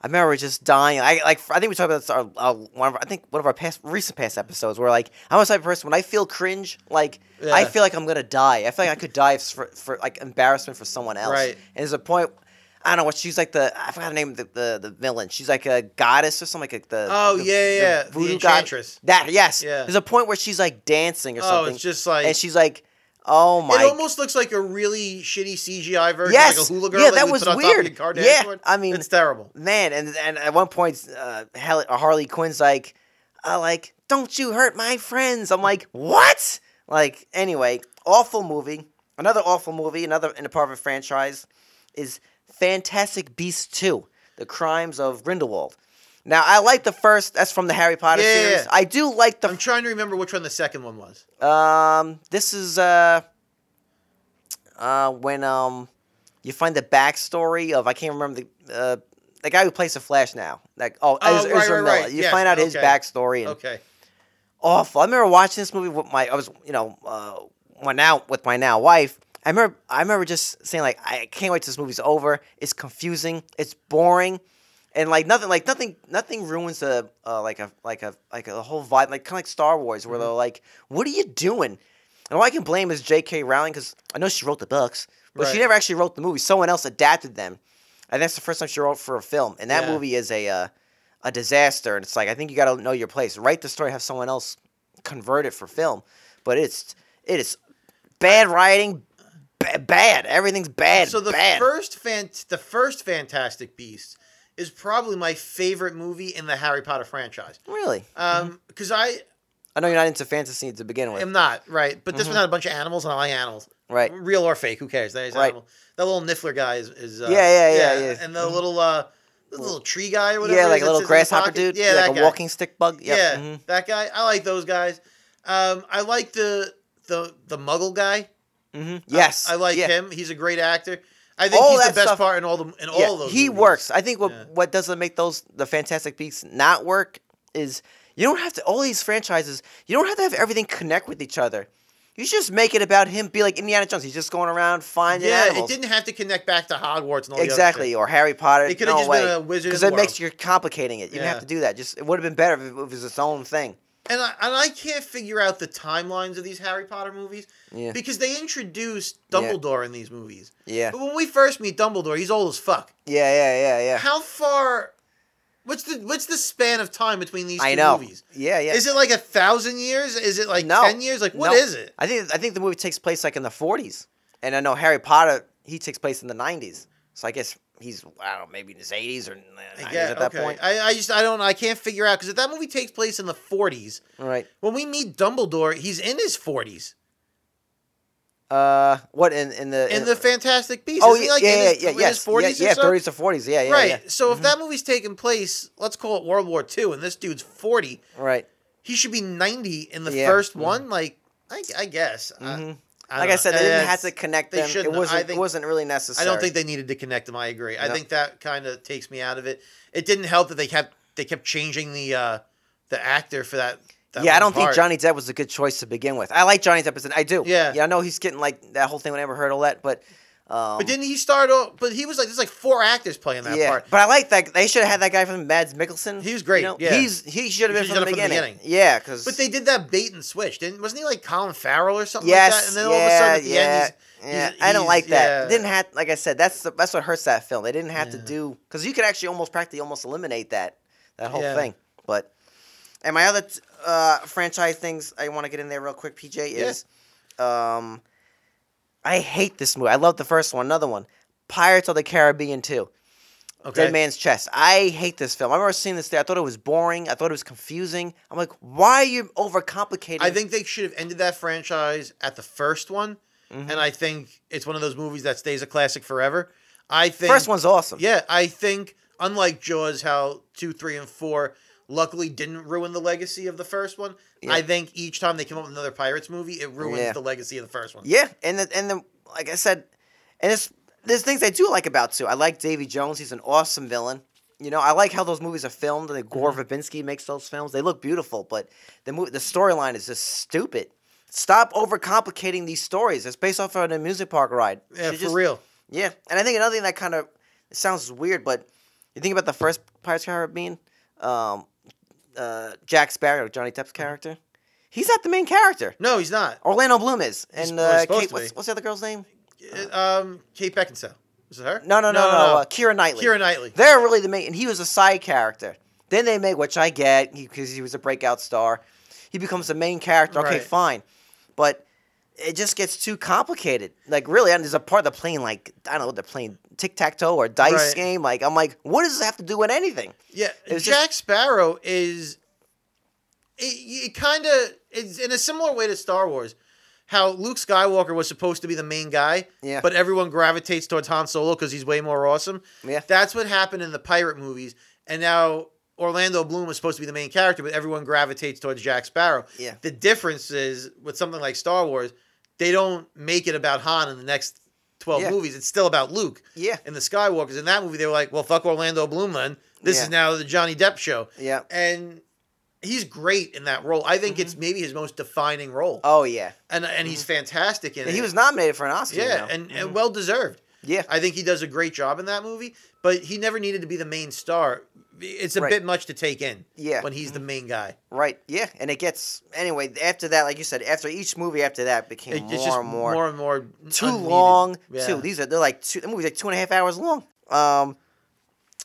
I remember just dying. I like I think we talked about this our, our one of our, I think one of our past recent past episodes where like I'm a type of person when I feel cringe, like I Yeah. feel like I'm gonna die. I feel like I could die for for like embarrassment for someone else. Right. And there's a point. I don't know what she's like the I forgot her name the, the the villain. She's like a goddess or something like the Oh, the- yeah, yeah, yeah. The god- Enchantress. That yes. Yeah. There's a point where she's like dancing or Oh, something. it's just like and she's like, oh my it almost looks like a really shitty CGI version, Yes. like a hula girl. Yeah, that, that you was put on top of weird. your car Yeah, dashboard. I mean- it's terrible. man and and at one point uh, Hal- uh, harley quinn's like uh, like don't you hurt my friends i'm like what like anyway awful movie another awful movie another in the part of a franchise is fantastic beasts 2 the crimes of grindelwald now i like the first that's from the harry potter Yeah, yeah, series yeah. i do like I'm the trying to remember which one the second one was. um this is uh uh when um you find the backstory of I can't remember the uh, the guy who plays the Flash now. Like oh, Oh, Iz- right, Ezra right, Miller. right. You Yes, find out his okay. backstory and Okay, awful. I remember watching this movie with my I was you know uh, went out with my now wife. I remember I remember just saying like I can't wait till this movie's over. It's confusing. It's boring. And like nothing, like nothing, nothing ruins a uh, like a like a like a whole vibe, like kind of like Star Wars, where they're like, "What are you doing?" And all I can blame is J.K. Rowling because I know she wrote the books, but she Right. never actually wrote the movie. Someone else adapted them, and that's the first time she wrote for a film. And that Yeah. movie is a uh, a disaster. And it's like I think you got to know your place. Write the story, have someone else convert it for film. But it's it is bad writing, ba- bad. Everything's bad. so the bad. first fan, the first Fantastic Beast is probably my favorite movie in the Harry Potter franchise. really, Um, because I I know you're not into fantasy to begin with, am not right, but this was not a bunch of animals, and I like animals, Mm-hmm. right? real or fake. Who cares? That is Right. animal. That little Niffler guy is. is uh, Yeah, yeah, yeah, yeah. And the little uh, the little tree guy or whatever. Yeah, it like is a that little sits in his grasshopper pocket. dude. Yeah, like that a guy. walking stick bug. Yep. Yeah, mhm. that guy. I like those guys. Um, I like the the the Muggle guy. Mhm. Yes, I like yeah. him. He's a great actor. I think All he's that the best stuff- part in all the in Yeah, all of those. he movies. works. I think what Yeah. what doesn't make those the Fantastic Beasts not work is you don't have to all these franchises. You don't have to have everything connect with each other. You should just make it about him. Be like Indiana Jones. He's just going around finding Yeah, animals. it didn't have to connect back to Hogwarts and all the other exactly, shit. or Harry Potter. It could've no just way. been a Wizard because of it the makes World. you're complicating it. You didn't Yeah. have to do that. Just it would have been better if it was its own thing. And I, and I can't figure out the timelines of these Harry Potter movies Yeah. because they introduced Dumbledore in these movies. Yeah, But when we first meet Dumbledore, he's old as fuck. yeah, yeah, yeah, yeah. How far? What's the what's the span of time between these two I know. movies? Yeah, yeah. Is it like a thousand years? Is it like No. ten years? Like what No. is it? I think I think the movie takes place like in the 40s, and I know Harry Potter he takes place in the 90s. So I guess he's I don't know maybe in his 80s or 90s at that point. I, I just I don't I can't figure out because if that movie takes place in the 40s, All right. when we meet Dumbledore, he's in his 40s Uh, what in in the in the Fantastic Beasts. oh Isn't he, yeah like, yeah in yeah his, yeah in his yes 40s yeah, or yeah so? 30s to 40s yeah yeah right. yeah. Mm-hmm. So if that movie's taking place, let's call it World War II, and this dude's 40, right. he should be 90 in the Yeah. 1st one. Like I, I guess. I- Mhm. Uh, I Like don't I know. said, they didn't It's- have to connect they them. It shouldn't. I wasn't think- it wasn't really I necessary. don't think they needed to connect them. I agree. I No. think that kind of takes me out of it. It didn't help that they kept they kept changing the uh the actor for that. that yeah, I one don't think part. Johnny Depp was a good choice to begin with. I like Johnny Depp as an I do. Yeah. yeah. I know he's getting like that whole thing with Amber Heard all that, but um, But didn't he start off? But he was like, there's like four actors playing that yeah, part. but I like that. They should have had that guy from Mads Mikkelsen. He was great, yeah. he's he should have He been should've done from the, it from the beginning. beginning. Yeah, because But they did that bait and switch, didn't? Wasn't he like Colin Farrell or something like that? yes, And then yeah, all of a sudden at the yeah, end, he's, yeah. he's- I don't like he's- that. yeah. Didn't have like I said. That's the, that's what hurts that film. They didn't have to Yeah. do because you could actually almost practically almost eliminate that that whole Yeah. thing. But and my other t- uh, franchise things I want to get in there real quick. PJ Yeah. is, um, I hate this movie. I love the first one. Another one, Pirates of the Caribbean two. okay. Dead Man's Chest. I hate this film. I remember seeing this there. I thought it was boring. I thought it was confusing. I'm like, why are you overcomplicating? I think they should have ended that franchise at the first one, Mm-hmm. and I think it's one of those movies that stays a classic forever. I think first one's awesome. Yeah, I think unlike Jaws, how two, three, and four luckily didn't ruin the legacy of the first one. Yeah. I think each time they come up with another Pirates movie, it ruins Yeah. the legacy of the first one. Yeah, and the, and the, like I said, and it's, there's things I do like about too. I like Davy Jones. He's an awesome villain. You know, I like how those movies are filmed. The Gore Mm-hmm. Verbinski makes those films. They look beautiful, but the movie, the storyline is just stupid. Stop overcomplicating these stories. It's based off of an amusement park ride. Yeah, Should for just- real. Yeah, and I think another thing that kind of it sounds weird, but you think about the first Pirates of the Caribbean, um, uh, Jack Sparrow, Johnny Depp's character. He's not the main character. Mm. No, he's not. Orlando Bloom is, He's- and well, he's uh, supposed Kate. to What's, be. what's the other girl's name? Um, Kate Beckinsale. Is it her? No, no, no, no. Uh, Kira Knightley. Keira Knightley. They're really the main, and he was a side character. Then they make, which I get, because he was a breakout star. He becomes the main character. Okay, Right. fine, but it just gets too complicated. Like really, and there's a part they're playing like I don't know, they're playing tic tac toe or dice Right. game. Like I'm like, what does this have to do with anything? Yeah, It was Jack Sparrow is. It, it kind of is in a similar way to Star Wars, how Luke Skywalker was supposed to be the main guy, Yeah. but everyone gravitates towards Han Solo because he's way more awesome. Yeah. That's what happened in the pirate movies, and now Orlando Bloom was supposed to be the main character, but everyone gravitates towards Jack Sparrow. Yeah. The difference is with something like Star Wars, they don't make it about Han in the next twelve Yeah. movies. It's still about Luke Yeah, and the Skywalkers in that movie, they were like, "Well, fuck Orlando Bloom, then this Yeah. is now the Johnny Depp show," yeah. and he's great in that role. I think it's maybe his most defining role, Mm-hmm. Oh yeah. and and he's fantastic in And it. he was nominated for an Oscar. you yeah, know. and, and well deserved. yeah, I think he does a great job in that movie, but he never needed to be the main star. It's a Right. bit much to take in Yeah. Mm-hmm. when he's the main guy. right. Yeah, and it gets anyway. After that, like you said, after each movie after that became It- more it's just and more more and more too unneeded. long. Yeah. Too. These are they're like two. The movie's like two and a half hours long. Um,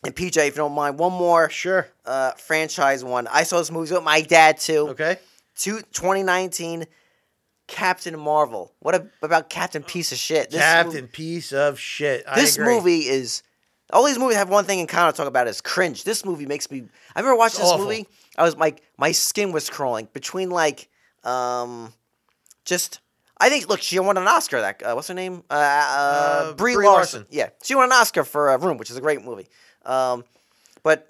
and PJ, if you don't mind, one more Sure. uh franchise one. I saw this movie with my dad too. Okay. Two, 2019, Captain Marvel. What ab- about Captain Piece of Shit? This Captain mov- piece of shit. I this agree. movie is. All these movies have one thing in common. to Talk about is cringe. This movie makes me. I remember watching It's this awful. movie. I was like, my skin was crawling between like, um, just. I think look, she won an Oscar. That uh, what's her name? Uh, uh, Brie, Brie Larson. Larson. Yeah, she won an Oscar for uh, Room, which is a great movie. Um, but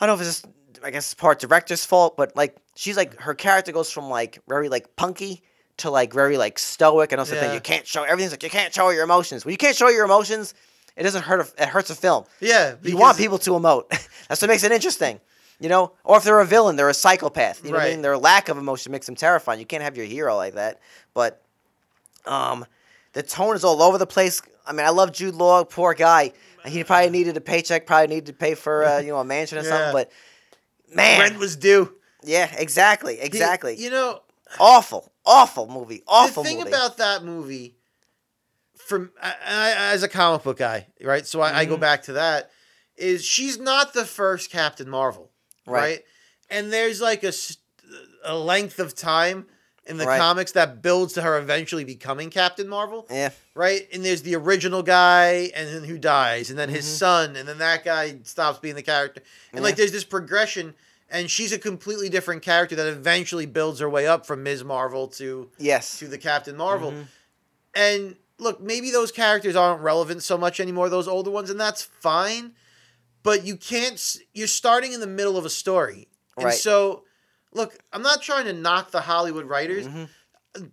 I don't know if it's just, I guess it's part director's fault, but like she's like her character goes from like very like punky to like very like stoic, and also think Yeah. you can't show everything's like you can't show your emotions. When you can't show your emotions, it doesn't hurt. A, it hurts a film. Yeah, you because- want people to emote. That's what makes it interesting. You know, or if they're a villain, they're a psychopath. You know what I Right. mean? Their lack of emotion makes them terrifying. You can't have your hero like that. But um, the tone is all over the place. I mean, I love Jude Law, poor guy. He probably needed a paycheck, probably needed to pay for uh, you know a mansion or Yeah. something. But man, Rent was due. yeah, exactly, He- exactly. You know, awful, awful movie, awful the thing movie. about that movie, from I, I, as a comic book guy, right? So I, I Mm-hmm. go back to that. Is she's not the first Captain Marvel, right? Right. And there's like a s- a length of time in the Right. comics that builds to her eventually becoming Captain Marvel, yeah, right? And there's the original guy, and then who dies, and then his son, and then that guy stops being the character, and like Yeah. there's this progression. And she's a completely different character that eventually builds her way up from Ms. Marvel to yes, Mm-hmm. to the Captain Marvel. And look, maybe those characters aren't relevant so much anymore, those older ones, and that's fine. But you can't, s- you're starting in the middle of a story. And Right. so, look, I'm not trying to knock the Hollywood writers. Mm-hmm.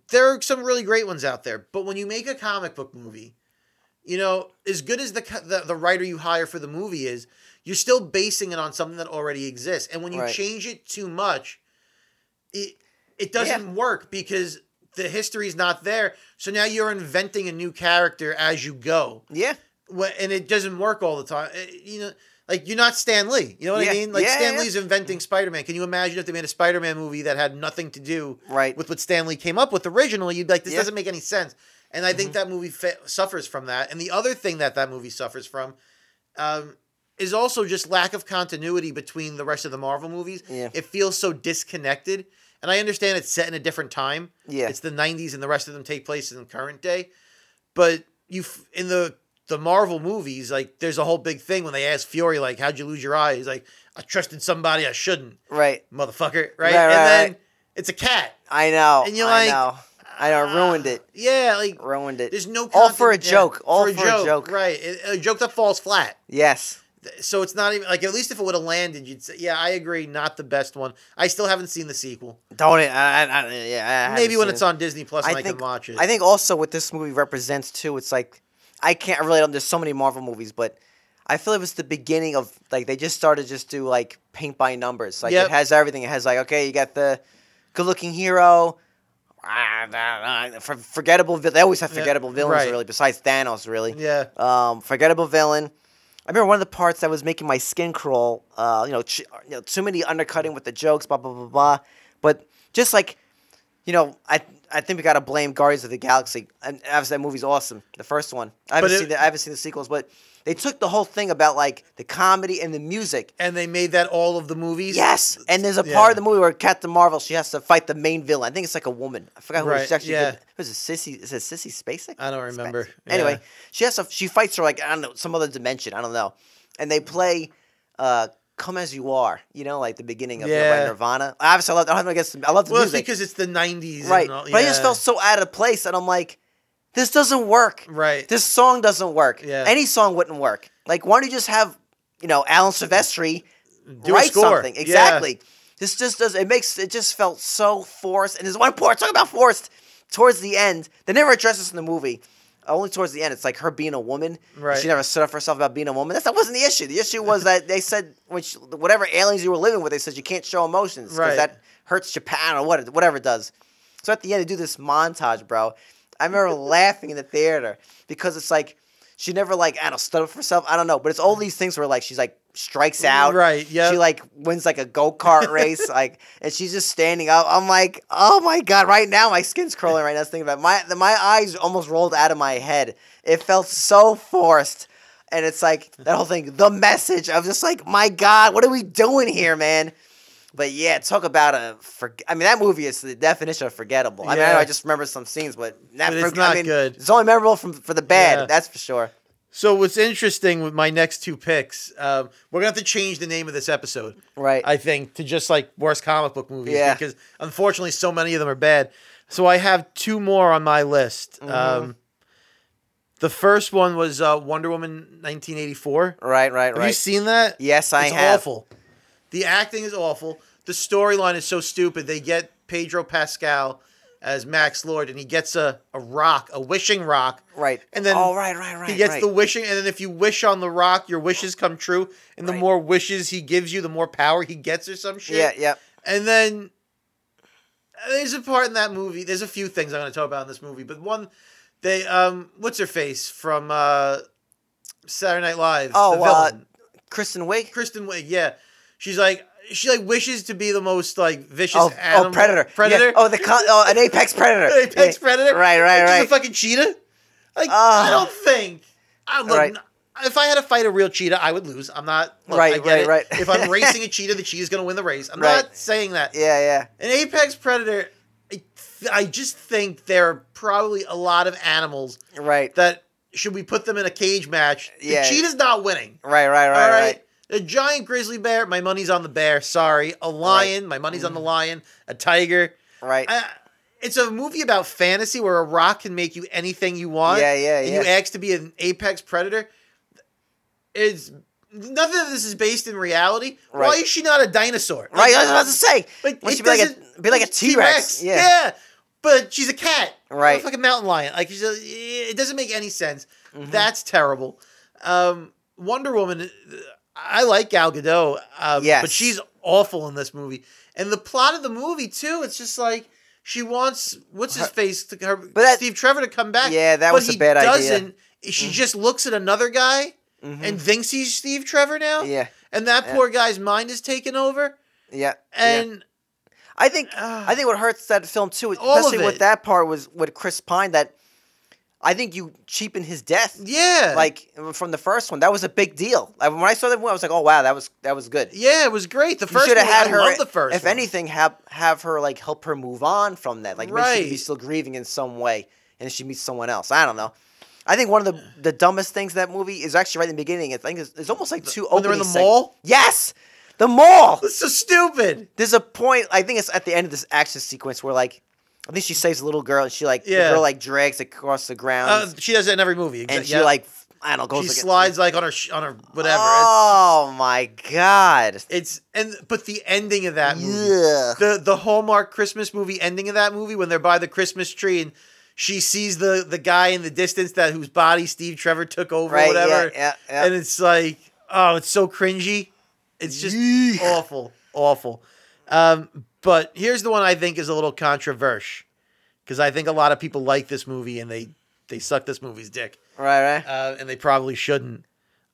There are some really great ones out there. But when you make a comic book movie, you know, as good as the, co- the, the writer you hire for the movie is, you're still basing it on something that already exists. And when you Right. change it too much, it it doesn't work because the history's not there. So now you're inventing a new character as you go, yeah, Wh- and it doesn't work all the time. Eh, You know, like you're not Stan Lee. You know what I Yeah. mean? Like Yeah, Stan yeah. Mm-hmm. Lee's inventing Spider-Man. Can you imagine if they made a Spider-Man movie that had nothing to do Right. with what Stan Lee came up with originally? You'd be like, this Yeah. Mm-hmm. doesn't make any sense. And I think that movie fa- suffers from that. And the other thing that that movie suffers from um, is also just lack of continuity between the rest of the Marvel movies. Yeah. It feels so disconnected. And I understand it's set in a different time. Yeah. It's the 90s and the rest of them take place in the current day. But you f- in the the Marvel movies, like there's a whole big thing when they ask Fury like how'd you lose your eye? He's like I trusted somebody I shouldn't, right. motherfucker, right? Right, and right, then right. it's a cat. I know, And you're I like, know, I know, ruined it, Yeah, like ruined it. there's no all for a content- yeah, joke, all for a joke. Right. A- a joke that falls flat. Yes, Th- So it's not even like at least if it would have landed, you'd say, yeah, I agree, not the best one. I still haven't seen the sequel. Don't it? I, I, I, yeah, I Maybe when haven't it's seen it. on Disney Plus, and I, think can watch it. I think also what this movie represents too. It's like I can't relate on. There's so many Marvel movies, but I feel it was the beginning of like they just started just do like paint by numbers. Like Yep. it has everything. It has like okay, you got the good looking hero. ah, ah, ah, for- Forgettable. vi- They always have Yeah, forgettable villains, right. really. Besides Thanos, really. yeah, Um, forgettable villain. I remember one of the parts that was making my skin crawl. Uh, you know, ch- you know, too many undercutting with the jokes, blah blah blah blah. But just like, you know, I I think we gotta blame Guardians of the Galaxy. And obviously that movie's awesome, the first one. I haven't But it- seen the I haven't seen the sequels, but they took the whole thing about like the comedy and the music. and they made that all of the movies. Yes, and there's a yeah. part of the movie where Captain Marvel she has to fight the main villain. I think it's like a woman. I forgot who Right, she's actually. yeah. It was a sissy. Is it sissy Spacek? I don't remember. Spacek. Anyway, Yeah. she has to. She fights her like I don't know some other dimension. I don't know. And they play, uh, "Come as You Are." You know, like the beginning of you know, by Yeah. Nirvana. Obviously, I love. I don't know. I guess I love the Well, it's music. because it's the '90s, right, And all, but I just yeah. felt so out of place, and I'm like, this doesn't work. right. This song doesn't work. Yeah. Any song wouldn't work. Like, why don't you just have, you know, Alan Silvestri Do a write score. something. Yeah. Exactly. This just does. It makes it just felt so forced. And there's one part talking about forced towards the end. They never address this in the movie. Uh, Only towards the end, it's like her being a woman. and Right. She never stood up for herself about being a woman. That's, that wasn't the issue. The issue was that they said when she, whatever aliens you were living with, they said you can't show emotions because Right. that hurts Japan or what, whatever it does. So at the end, they do this montage, bro. I remember laughing in the theater because it's like she never like I don't know, stood up for herself. I don't know, but it's all these things where like she's like strikes out, Right, yep. She like wins like a go kart race, like, and she's just standing up. I'm like, oh my god! Right now, my skin's crawling. Right now, just thinking about it. my the- my eyes almost rolled out of my head. It felt so forced. And it's like that whole thing, the message. I'm just like, my God, what are we doing here, man? But yeah, talk about a. For, I mean, that movie is the definition of forgettable. I mean, I, know Yeah. I just remember some scenes, but, not But it's forg- I not mean, good. It's only memorable from for the bad. Yeah. That's for sure. So what's interesting with my next two picks, um, we're gonna have to change the name of this episode, Right. I think, to just like worst comic book movies, Yeah. because unfortunately, so many of them are bad. So I have two more on my list. Mm-hmm. Um, the first one was uh, Wonder Woman 1984. right. Right. Have Right. you seen that? Yes, I it's have. Awful. The acting is awful. The storyline is so stupid. They get Pedro Pascal as Max Lord, and he gets a, a rock, a wishing rock. right. And then oh, right. Right. Right. he gets right. the wishing, and then if you wish on the rock, your wishes come true. And the Right. more wishes he gives you, the more power he gets, or some shit. Yeah. Yeah. And then uh, there's a part in that movie. There's a few things I'm going to talk about in this movie, but one, they um, what's her face from uh, Saturday Night Live? Oh, the uh, villain. Kristen Wiig. Kristen Wiig. Yeah, she's like she like wishes to be the most like vicious Oh, oh, animal- predator. Yeah. predator. Oh, the con- oh, an apex predator. apex Yeah. predator. Right. Right. Like, Right. She's a fucking cheetah. Like Ah. I don't think. I look. Right. If I had to fight a real cheetah, I would lose. I'm not. look, Right, I get right, it. right. If I'm racing a cheetah, the cheetah's gonna win the race. I'm Right. not saying that. yeah. Yeah. An apex predator. I, th- I just think there are probably a lot of animals Right. that should we put them in a cage match. The Yeah. cheetah's not winning. right. Right. Right. All right. Right. A giant grizzly bear, my money's on the bear. Sorry. A lion, my money's on the lion. A tiger. Right. I, it's a movie about fantasy where a rock can make you anything you want. Yeah, yeah, and yeah. you ask to be an apex predator. It's nothing of this is based in reality. Why Right. is she not a dinosaur? Like, Right, I was about to say. Like, Why it don't you be like a doesn't- be like a T Rex. Yeah. But she's a cat. Right. Like a fucking mountain lion. Like she's a, it doesn't make any sense. Mm-hmm. That's terrible. Um, Wonder Woman. uh, I like Gal Gadot. Um, Yes. But she's awful in this movie. And the plot of the movie too. It's just like she wants what's his face to her that- Steve Trevor to come back. Yeah, that but was a he bad idea. Mm-hmm. doesn't. She just looks at another guy and thinks he's Steve Trevor now. Yeah. And that Yeah. poor guy's mind is taken over. Yeah. yeah. And I think Ah. I think what hurts that film too, All of especially with it. that part was with Chris Pine that I think you cheapen his death. yeah, Like from the first one, that was a big deal. Like, when I saw that movie, I was like, "Oh wow, that was that was good." Yeah, it was great. The You first should have one, had I her. love the first. if one. anything, have have her like help her move on from that. Like maybe she could be Right. still grieving in some way, and she meets someone else. I don't know. I think one of the the dumbest things in that movie is actually right in the beginning. I think it's, it's almost like two when they're in the opening sec- mall? Yes, the mall. That's so stupid. There's a point. I think it's at the end of this action sequence where like. I think she saves a little girl and she like the Yeah. girl like drags across the ground Uh, she does that in every movie. Um, and Exa- she yeah. like f- I don't know. she goes like- slides like on her sh- on her whatever. Oh my god. It's, it's and but the ending of that movie, Yeah. the the Hallmark Christmas movie ending of that movie when they're by the Christmas tree and she sees the the guy in the distance that whose body Steve Trevor took over or Right. whatever, Yeah. Yeah. and yeah. it's like oh, it's so cringy. It's just Yeesh. awful, awful. Um, but here's the one I think is a little controversial because I think a lot of people like this movie and they they suck this movie's dick Right. Right. uh, and they probably shouldn't.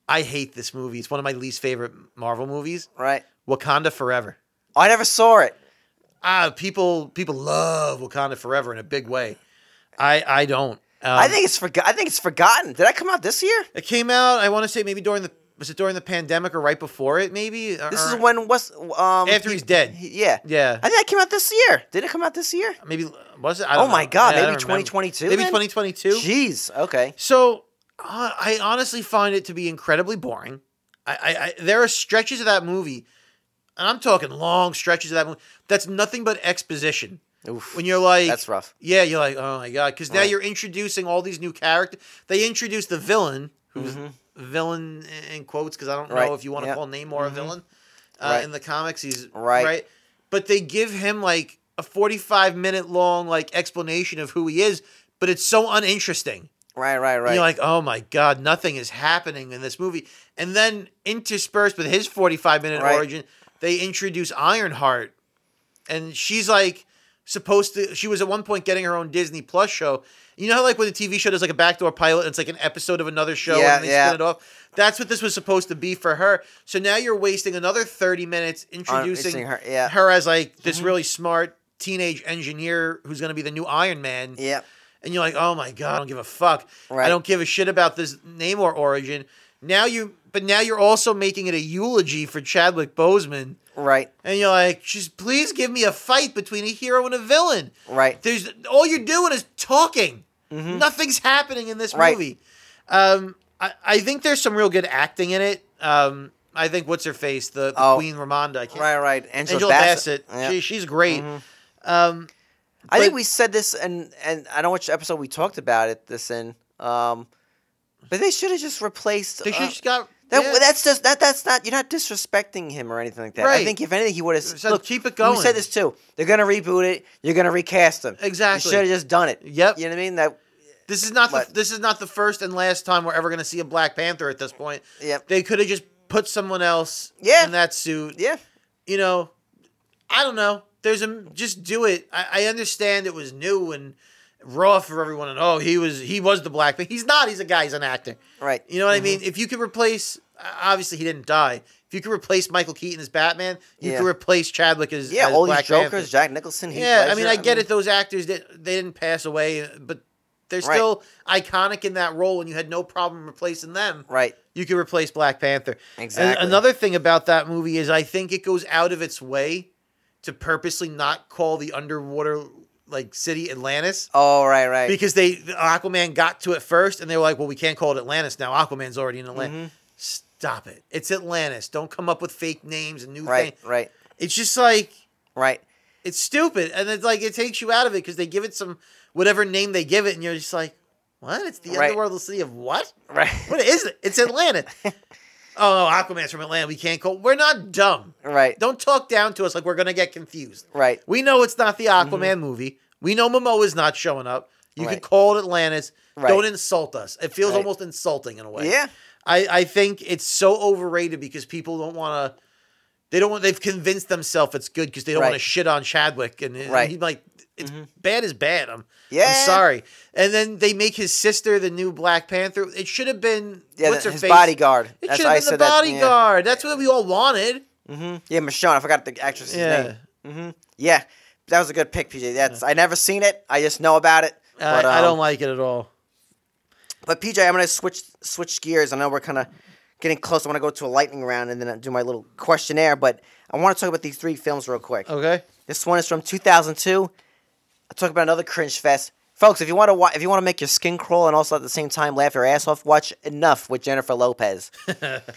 I hate this movie. It's one of my least favorite Marvel movies. Right. Wakanda Forever. Oh, I never saw it. Ah, people people love Wakanda Forever in a big way. I I don't. Um, I think it's forgot. I think it's forgotten. Did I come out this year? it came out. I want to say maybe during the was it during the pandemic or right before it? Maybe This Or- is when was um after he's dead. he- yeah. yeah, I think that came out this year. Did it come out this year? maybe was it? I Oh don't my know. God, Yeah, I maybe don't remember. 2022 Maybe then? twenty twenty two. Jeez. Okay. So uh, I honestly find it to be incredibly boring. I, I, I there are stretches of that movie, and I'm talking long stretches of that movie. That's nothing but exposition. Oof. When you're like, That's rough. yeah, you're like, oh my god, because now Right. you're introducing all these new characters. They introduced the villain, who's Mhm. villain in quotes, because I don't Right. know if you want to Yep. call Namor a villain. Uh, Right. In the comics, he's Right. right, but they give him like a 45 minute long like explanation of who he is, but it's so uninteresting. Right. Right. Right. You're like, oh my god, nothing is happening in this movie. And then interspersed with his 45 minute Right. origin, they introduce Ironheart, and she's like supposed to. She was at one point getting her own Disney Plus show. You know how like when a TV show does like a backdoor pilot, and it's like an episode of another show, Yeah, and they yeah. spin it off. That's what this was supposed to be for her. So now you're wasting another 30 minutes On- introducing seeing her. Yeah. Mm-hmm. her as like this really smart teenage engineer who's going to be the new Iron Man yeah. and you're like, oh my god, I don't give a fuck. I Right. don't give a shit about this Namor origin. Now you, but now you're also making it a eulogy for Chadwick Boseman, Right. and you're like, just please give me a fight between a hero and a villain. Right. Mm-hmm. There's all you're doing is talking. Nothing's happening in this Right. movie. Um, I, I think there's some real good acting in it. Um, I think what's her face, the, the Oh. Queen Ramonda, I can't, Right. Right. Angela, Angela Bassett. Yeah. Mm-hmm. She, she's great. Um, I think But- we said this, and and I don't know which episode we talked about it. This in, um, but they should have just replaced. they should uh, just got that, yeah. That's just that. That's not. You're not disrespecting him or anything like that. I Right. think if anything, he would have Said, look. keep it We going. said this too. They're gonna reboot it. You're gonna recast him. Exactly. You should have just done it. Yep. You know what I mean? That. This is not the, But- this is not the first and last time we're ever going to see a Black Panther at this point. Yep. They could have just put someone else Yeah. in that suit. Yeah. You know, I don't know. There's a just do it. I, I understand it was new and raw for everyone, and oh, he was he was the Black Panther. He's not. He's a guy. He's an actor. Right. Mm-hmm. You know what I mean? If you could replace, obviously he didn't die. If you could replace Michael Keaton as Batman, you Yeah. could replace Chadwick as Yeah. as all Black these jokers, Panther. Jack Nicholson. Heath Yeah, I mean, Ledger, I get it. Those actors that they didn't pass away, but they're Right. still iconic in that role, and you had no problem replacing them. Right. You could replace Black Panther. And Exactly. another thing about that movie is I think it goes out of its way to purposely not call the underwater like city Atlantis. Oh, right, right. Because they Aquaman got to it first, and they were like, "Well, we can't call it Atlantis now. Aquaman's already in Atlantis." Mm-hmm. Stop it! It's Atlantis. Don't come up with fake names and new right. things. Right. It's just like Right. it's stupid, and it's like it takes you out of it because they give it some whatever name they give it, and you're just like, what? It's the Right. underworld city of what? Right. What is it? It's Atlanta. oh, Aquaman's from Atlanta. We can't go. We're not dumb. Right. Don't talk down to us like we're gonna get confused. Right. Mm-hmm. We know it's not the Aquaman movie. We know Momoa's not showing up. You can Right. call it Atlantis. Right. Don't insult us. It feels Right. almost insulting in a way. Yeah. I, I think it's so overrated because people don't want to. They don't want. They've convinced themselves it's good because they don't want to Right. shit on Chadwick and, and Right. he like it's bad is bad. I'm Yeah. I'm sorry. And then they make his sister the new Black Panther. It should have been Yeah. what's the- her his face? bodyguard. It That's should I have been the said that, yeah. bodyguard. That's what we all wanted. hmm Yeah, Michonne. I forgot the actress's Yeah. name. hmm Yeah, that was a good pick, PJ. That's I never seen it. I just know about it. I, But, I um, don't like it at all. But PJ, I'm gonna switch switch gears. I know we're kind of getting close. I want to go to a lightning round and then I do my little questionnaire. But I want to talk about these three films real quick. Okay. This one is from 2002. I'll talk about another cringe fest. Folks, if you want to wa- if you want to make your skin crawl and also at the same time laugh your ass off, watch Enough with Jennifer Lopez.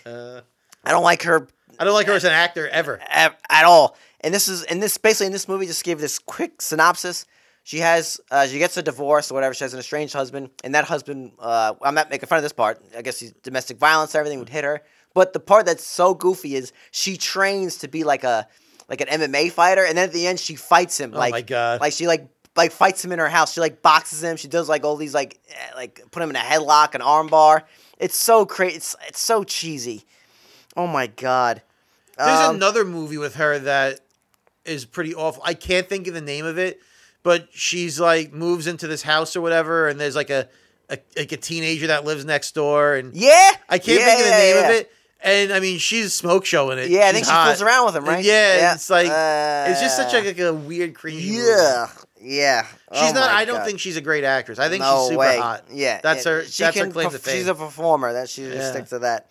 I don't like her I don't like her as an actor ever. at, at all. And this is and this basically in this movie just gave this quick synopsis. She has uh, she gets a divorce or whatever. She has an estranged husband, and that husband. Uh, I'm not making fun of this part. I guess he's domestic violence. Everything would hit her. But the part that's so goofy is she trains to be like a like an MMA fighter, and then at the end she fights him. like Oh my God. Like she like like fights him in her house. She like boxes him. She does like all these like eh, like put him in a headlock, an armbar. It's so crazy. It's it's so cheesy. Oh my god. There's Um, another movie with her that is pretty awful. I can't think of the name of it, but she's like moves into this house or whatever, and there's like a, a like a teenager that lives next door, and Yeah. I can't Yeah, think of the yeah, name yeah. of it. And I mean, she's smoke showing it. Yeah, I She's think she hot. fools around with him, And right? Yeah, it's like it's just such Uh, a, like a weird, cringy. movie. Yeah. Yeah. she's Oh not. my I don't God. think she's a great actress. I think no she's super way. hot. Yeah, that's yeah. her. that's her claim to perf- She's fame. a performer. That she Yeah. just stick to that.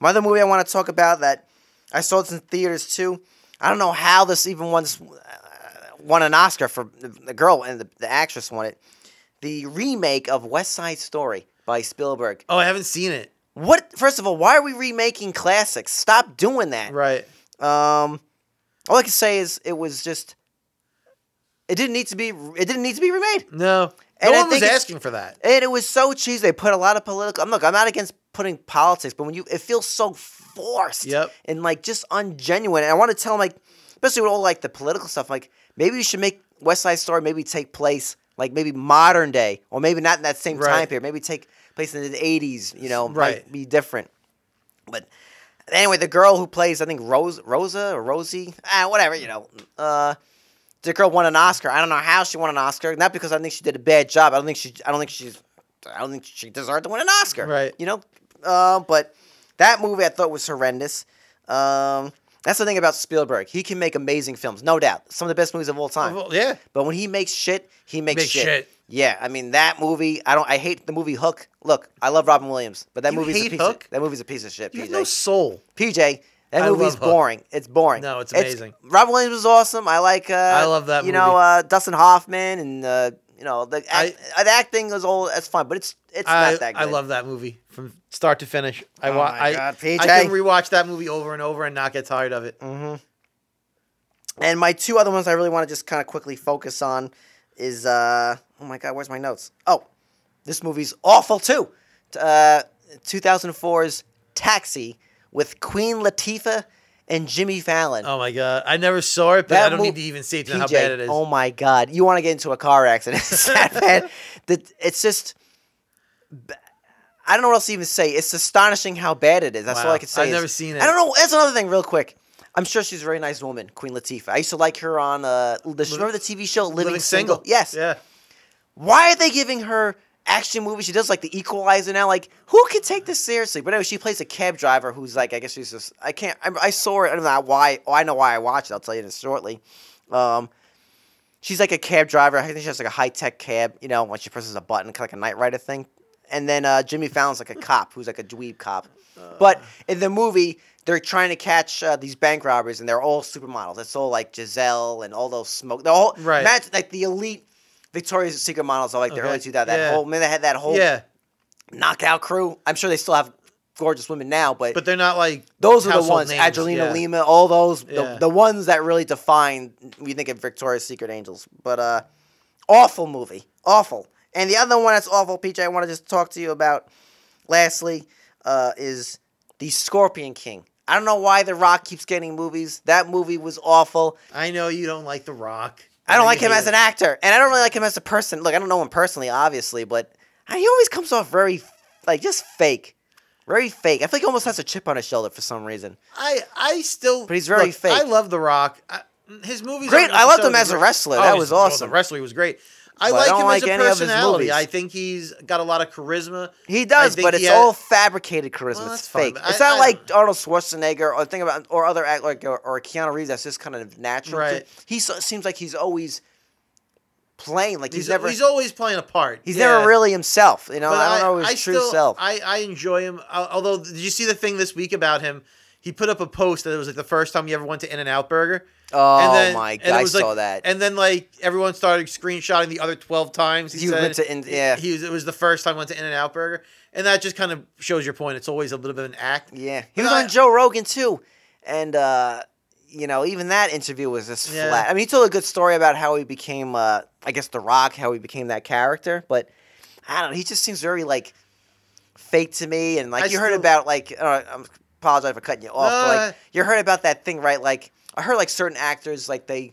My other movie I want to talk about that I saw this in theaters too. I don't know how this even won this, uh, won an Oscar for the- the girl and the, the actress won it. The remake of West Side Story by Spielberg. oh, I haven't seen it. What? First of all, why are we remaking classics? Stop doing that. Right. Um, all I can say is it was just. It didn't need to be. It didn't need to be remade. No. And no I one was think it's- asking for that. And it was so cheesy. They put a lot of political. I'm look. I'm not against putting politics, but when you, it feels so forced. Yep. And like just ungenuine. And I want to tell them like, especially with all like the political stuff. Like maybe you should make West Side Story maybe take place like maybe modern day, or maybe not in that same time Right. period. Maybe take place in the 80s. You know, might Right. be different. But anyway, the girl who plays I think Rose Rosa or Rosie, ah, whatever you know. Uh, the girl won an Oscar. I don't know how she won an Oscar. Not because I think she did a bad job. I don't think she. I don't think she's. I don't think she deserved to win an Oscar. Right. You know. Uh, but that movie I thought was horrendous. Um, that's the thing about Spielberg. He can make amazing films, no doubt. Some of the best movies of all time. Well, yeah. But when he makes shit, he makes Makes shit. shit. Yeah, I mean that movie. I don't. I hate the movie Hook. Look, I love Robin Williams, but that You movie's a hate piece Hook? Of, that movie's a piece of shit. You PJ. have no soul. PJ, that I movie's love Hook. boring. It's boring. No, it's amazing. Robin Williams was awesome. I like. Uh, I love that You know, movie. uh, Dustin Hoffman and uh, you know the, act, I- the acting is all that's fine, but it's it's I, not that good. I love that movie from start to finish. I Oh wa- my I, God, I PJ. can rewatch that movie over and over and not get tired of it. Mm. And my two other ones I really want to just kind of quickly focus on is uh oh my god, where's my notes? Oh, this movie's awful too. T- Uh, 2004's Taxi with Queen Latifah and Jimmy Fallon. Oh my god, I never saw it, but That I don't mo- need to even say to know how PJ, bad it is. Oh my god, you want to get into a car accident? It's that bad. That it's just. b- I don't know what else to even say. It's astonishing how bad it is. That's all Wow. I can say. I've is- never seen it. I don't know. That's another thing, real quick. I'm sure she's a very nice woman, Queen Latifah. I used to like her on uh, the, remember the TV show Living, Living single. Yes. Yeah. Why are they giving her action movies? She does like the Equalizer now. Like, who could take this seriously? But anyway, she plays a cab driver who's like, I guess she's just. I can't. I, I saw it. I don't know why. Oh, I know why I watched it. I'll tell you this shortly. Um, she's like a cab driver. I think she has like a high tech cab. You know, when she presses a button, kind of like a Knight Rider thing. And then uh, Jimmy Fallon's like a cop who's like a dweeb cop. But in the movie, they're trying to catch uh, these bank robbers, and they're all supermodels. It's all like Giselle and all those smoke. They're all Right. imagine, like the elite Victoria's Secret models are like the Okay. early 2000s. That Yeah. whole man, they had that whole Yeah. knockout crew. I'm sure they still have gorgeous women now, but, But they're not like those are the household ones. names, Angelina yeah. Lima, all those, Yeah. the, the ones that really define. We think of Victoria's Secret angels, but uh, awful movie, awful. And the other one that's awful, PJ, I want to just talk to you about. Lastly, uh, is the Scorpion King. I don't know why The Rock keeps getting movies. That movie was awful. I know you don't like The Rock. I know don't like you him hate as an actor, and I don't really like him as a person. Look, I don't know him personally, obviously, but I- he always comes off very, like, just fake, very fake. I feel like he almost has a chip on his shoulder for some reason. I I still. But he's very look, fake. I love The Rock. I, his movies. Great. aren't I loved him necessarily as a great. wrestler. That he's- was oh, the awesome. wrestler he was great. I But I like don't him like as any a of his movies. personality. I think he's got a lot of charisma. He does, think but he it's had- all fabricated charisma. Well, it's that's fine, fake. but it's I- not I- like Arnold Schwarzenegger or think about or other act like or, or Keanu Reeves. That's just kind of natural. to- Right. He so, seems like he's always playing. Like he's, He's, never. he's He's, always playing a part. Yeah. never really himself. You know. But I don't know his true still, self. I, I enjoy him. Al- Although, did you see the thing this week about him? He put up a post that it was like the first time he ever went to In and Out Burger. oh and then, my and god! it I was, like- saw that. And then like everyone started screenshotting the other twelve times he You said went to In- it- yeah. He was, it was the first time he went to In and Out Burger, and that just kind of shows your point. It's always a little bit of an act. Yeah, he But was I- on Joe Rogan too, and uh, you know, even that interview was just Yeah. flat. I mean, he told a good story about how he became, uh, I guess, The Rock, how he became that character, but I don't know. He just seems very like fake to me, and like I you heard still- about like uh, I'm apologize for cutting you off. No, but, I- like you heard about that thing, right? Like I heard like certain actors like they.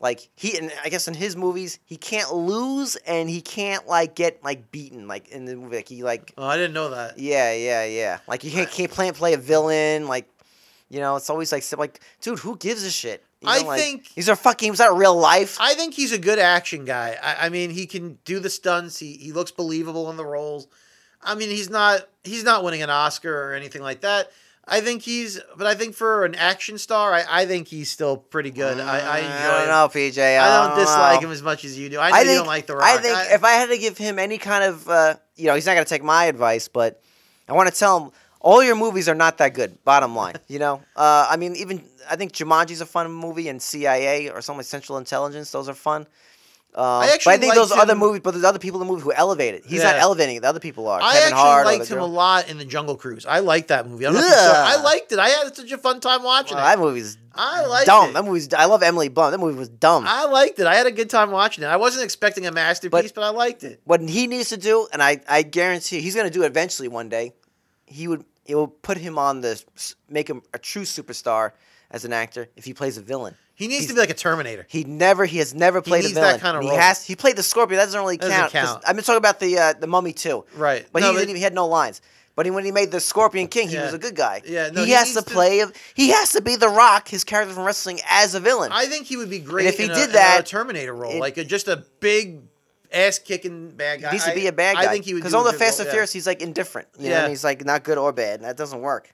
Like he, and I guess in his movies, he can't lose and he can't like get like beaten like in the movie. Like he like Oh, I didn't know that. yeah, yeah, yeah. Like you can't can't play, play a villain. Like you know, it's always like stuff like, dude, who gives a shit? You know, I like, think- these are fucking. games, not real life. I think he's a good action guy. I, I mean, he can do the stunts. He he looks believable in the roles. I mean, he's not he's not winning an Oscar or anything like that. I think he's, but I think for an action star, I, I think he's still pretty good. I, I enjoy. Mm, don't him. know, PJ. I, I don't dislike know. him as much as you do. I know I you think don't like the Rock. I think if I had to give him any kind of, uh, you know, he's not gonna take my advice, but I want to tell him all your movies are not that good. Bottom line, you know. Uh, I mean, even I think Jumanji's a fun movie, and CIA or something like Central Intelligence, those are fun. Um, but actually I think liked those other him- movies, but there's other people in the movie who elevate it. He's not Yeah. elevating it; the other people are. I Kevin actually Hart or the liked him girl. a lot in the Jungle Cruise. I liked that movie. I, don't know if you saw- Ugh. I liked it. I had such a fun time watching Well, it. that movie's I liked dumb. it. That movie's. I love Emily Blunt. That movie was dumb. I liked it. I had a good time watching it. I wasn't expecting a masterpiece, but, I liked it. what he needs to do, and I, I guarantee he's gonna do it eventually one day. He would. It will put him on the. s- Make him a true superstar as an actor if he plays a villain. He needs He's- to be like a Terminator. He never. He has never played needs a that villain. kinda And he role. has. He played the Scorpion. That doesn't really Doesn't count. 'cause count. I've been talking about the uh, the Mummy too. Right. But No, he didn't. He had no lines. But he, when he made the Scorpion King, he Yeah. was a good guy. Yeah, no, he, he has to needs to- play. a- He has to be the Rock, his character from wrestling, as a villain. I think he would be great And if he in a- did in a that, Terminator role, it- like a, just a big ass kicking bad guy. He needs to I- be a bad guy. I think he would Because do all a the good Fast role, and yeah. Furious, he's like indifferent. You know, Yeah. and he's like not good or bad. and That doesn't work.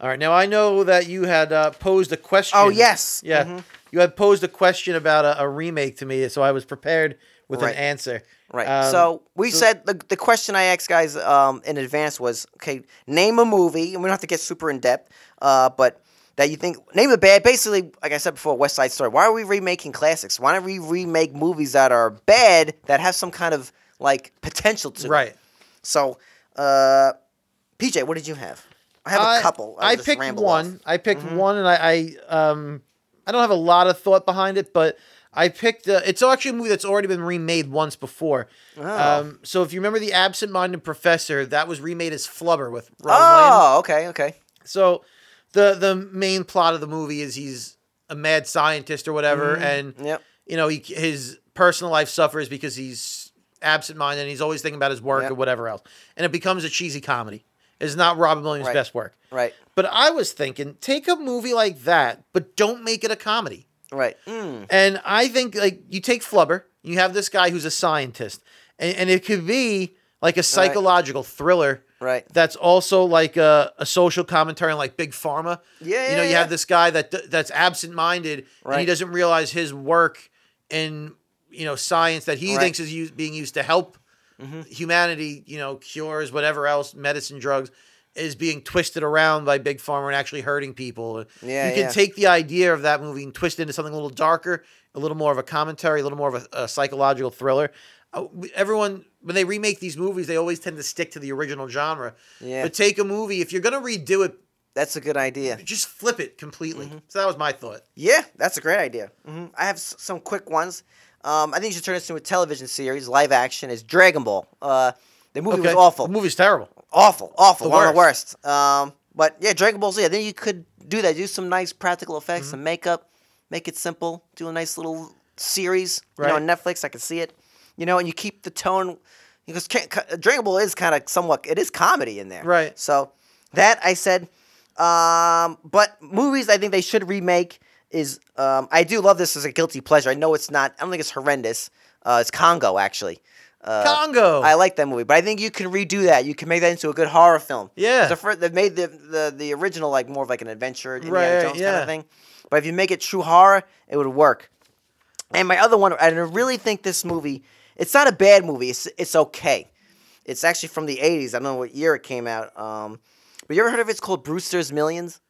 All right, now I know that you had uh, posed a question. Oh, yes. yeah, Mhm. you had posed a question about a, a remake to me, so I was prepared with Right. an answer. Right. Um, so we said the, the question I asked guys um, in advance was okay, name a movie, and we don't have to get super in depth, uh, but that you think, name a bad, basically, like I said before, West Side Story. Why are we remaking classics? Why don't we remake movies that are bad that have some kind of like potential to them? right. So, uh, PJ, what did you have? I have a I- couple. I'll I just picked ramble one. off. Mm-hmm. I picked one, and I, I um, I don't have a lot of thought behind it, but I picked. Uh, it's actually a movie that's already been remade once before. Oh. Um, so if you remember the absent-minded professor, that was remade as Flubber with Robin Williams. Oh, okay, okay. So the the main plot of the movie is he's a mad scientist or whatever, Mm-hmm. and Yep. you know he his personal life suffers because he's absent-minded and he's always thinking about his work Yep. or whatever else, and it becomes a cheesy comedy. It's not Robin Williams' Right. best work. Right. But I was thinking, take a movie like that, but don't make it a comedy. Right. Mm. And I think like you take Flubber, you have this guy who's a scientist, and, and it could be like a psychological thriller Right. that's also like a, a social commentary on like big pharma. Yeah, you know, yeah, you yeah. have this guy that that's absent-minded and Right. he doesn't realize his work in you know science that he Right. Mm-hmm. thinks is used, being used to help humanity. You know, cures whatever else, medicine, drugs. Is being twisted around by big pharma and actually hurting people. Yeah, you can yeah. take the idea of that movie and twist it into something a little darker, a little more of a commentary, a little more of a, a psychological thriller. Uh, we- everyone, when they remake these movies, they always tend to stick to the original genre. Yeah. But take a movie, if you're gonna redo it, That's a good idea. just flip it completely. So that was my thought. Yeah, that's a great idea. hmm I have s- some quick ones. Um, I think you should turn this into a television series, live action. Is Dragon Ball. Uh, the movie was awful, The movie's terrible. awful, awful, one of the worst. Um, but yeah, Dragon Ball Z. I think you could do that. Do some nice practical Mm-hmm. effects, some makeup, make it simple. Do a nice little series. You know, Right. on Netflix, I can see it. You know, and you keep the tone because ca- ca- Dragon Ball is kind of somewhat. It is comedy in there. Right. So that I said. Um, but movies I think they should remake is um, I do love this as a guilty pleasure. I know it's not. I don't think it's horrendous. Uh, it's Congo actually. Uh, Congo. I like that movie, but I think you can redo that. You can make that into a good horror film. Yeah. The fir- they made the, the the original like more of like an adventure, Indiana Right, Jones kind yeah. of thing. But if you make it true horror, it would work. And my other one, I really think this movie. It's not a bad movie. It's it's okay. It's actually from the '80s. I don't know what year it came out. Um, but you ever heard of it? It's called Brewster's Millions.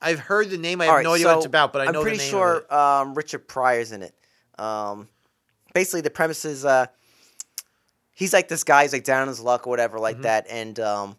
I've heard the name. I All have right, no idea what it's so about, but I I'm know pretty the name sure of it. Um, Richard Pryor's in it. Um, basically, the premise is uh, Mm-hmm. he's like this guy who's like down on his luck or whatever, like that, and um,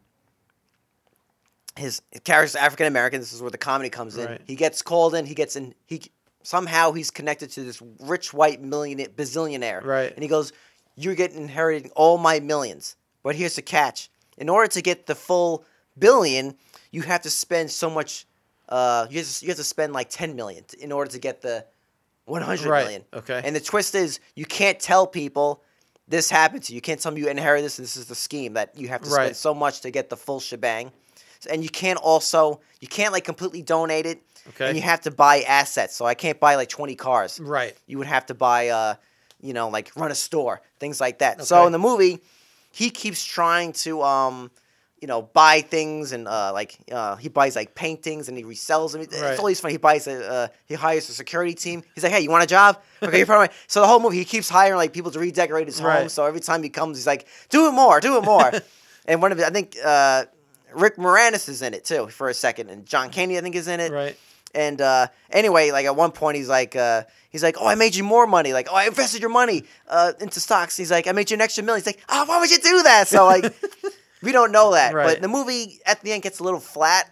his character's African American. This is where the comedy comes in. Right. He gets called in. He gets in. He somehow he's connected to this rich white millionaire bazillionaire. Right. And he goes, "You're getting inheriting all my millions, but here's the catch: in order to get the full billion, you have to spend so much. Uh, you have to, you have to spend like ten million t- in order to get the one hundred Right, million. okay. And the twist is, you can't tell people." This happened to you. You can't tell them you inherit this. This is the scheme that you have to Right. spend so much to get the full shebang. So- And you can't also you can't like completely donate it. Okay. And you have to buy assets. So I can't buy like twenty cars. Right. You would have to buy uh, you know, like run a store, things like that. So Okay. in the movie, he keeps trying to um you know, buy things and uh, like uh, he buys like paintings and he resells them. Right. It's always funny. He buys a uh, he hires a security team. He's like, hey, you want a job? Okay, you're probably so the whole movie he keeps hiring like people to redecorate his home. Right. So every time he comes, he's like, do it more, do it more. and one of the, I think uh, Rick Moranis is in it too for a second, and John Candy I think is in it. Right. And uh, anyway, like at one point, he's like, uh, he's like, oh, I made you more money. Like, oh, I invested your money uh, into stocks. He's like, I made you an extra million. He's like, oh, why would you do that? So like, we don't know that. Right. But the movie at the end gets a little flat.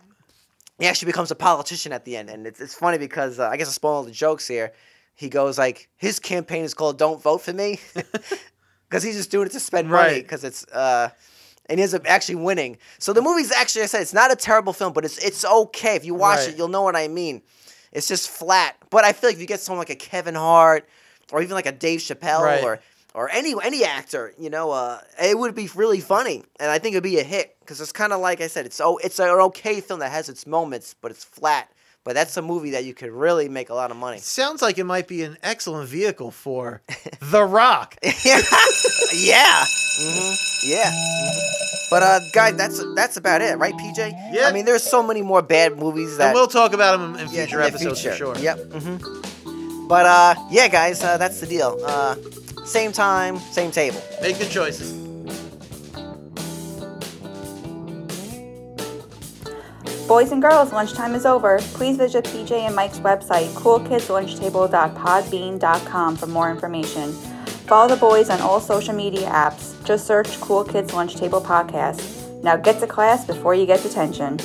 He actually becomes a politician at the end, and it's, it's funny because uh, I guess I spoil all the jokes here. He goes like, his campaign is called "Don't Vote for Me," because he's just doing it to spend money Right. because it's. Uh, and he ends up actually winning. So the movie's actually, I said, it's not a terrible film, but it's it's okay if you watch Right. it, you'll know what I mean. It's just flat, but I feel like if you get someone like a Kevin Hart or even like a Dave Chappelle Right. or or any any actor, you know, uh, it would be really funny, and I think it'd be a hit because it's kind of like I said, it's oh, it's an okay film that has its moments, but it's flat. But that's a movie that you could really make a lot of money. Sounds like it might be an excellent vehicle for The Rock. yeah, yeah, Mm-hmm. hmm yeah. Mhm. But uh, guys, that's that's about it, right, PJ? Yeah. I mean, there's so many more bad movies that and we'll talk about him in, in yeah, in future the episodes future. for sure. Yep. hmm But uh, yeah, guys, uh, that's the deal. Uh, same time, same table. Make good choices. Boys and girls, lunchtime is over. Please visit PJ and Mike's website, coolkidslunchtable.podbean.com for more information. Follow the boys on all social media apps. Just search Cool Kids Lunch Table Podcast. Now get to class before you get detention.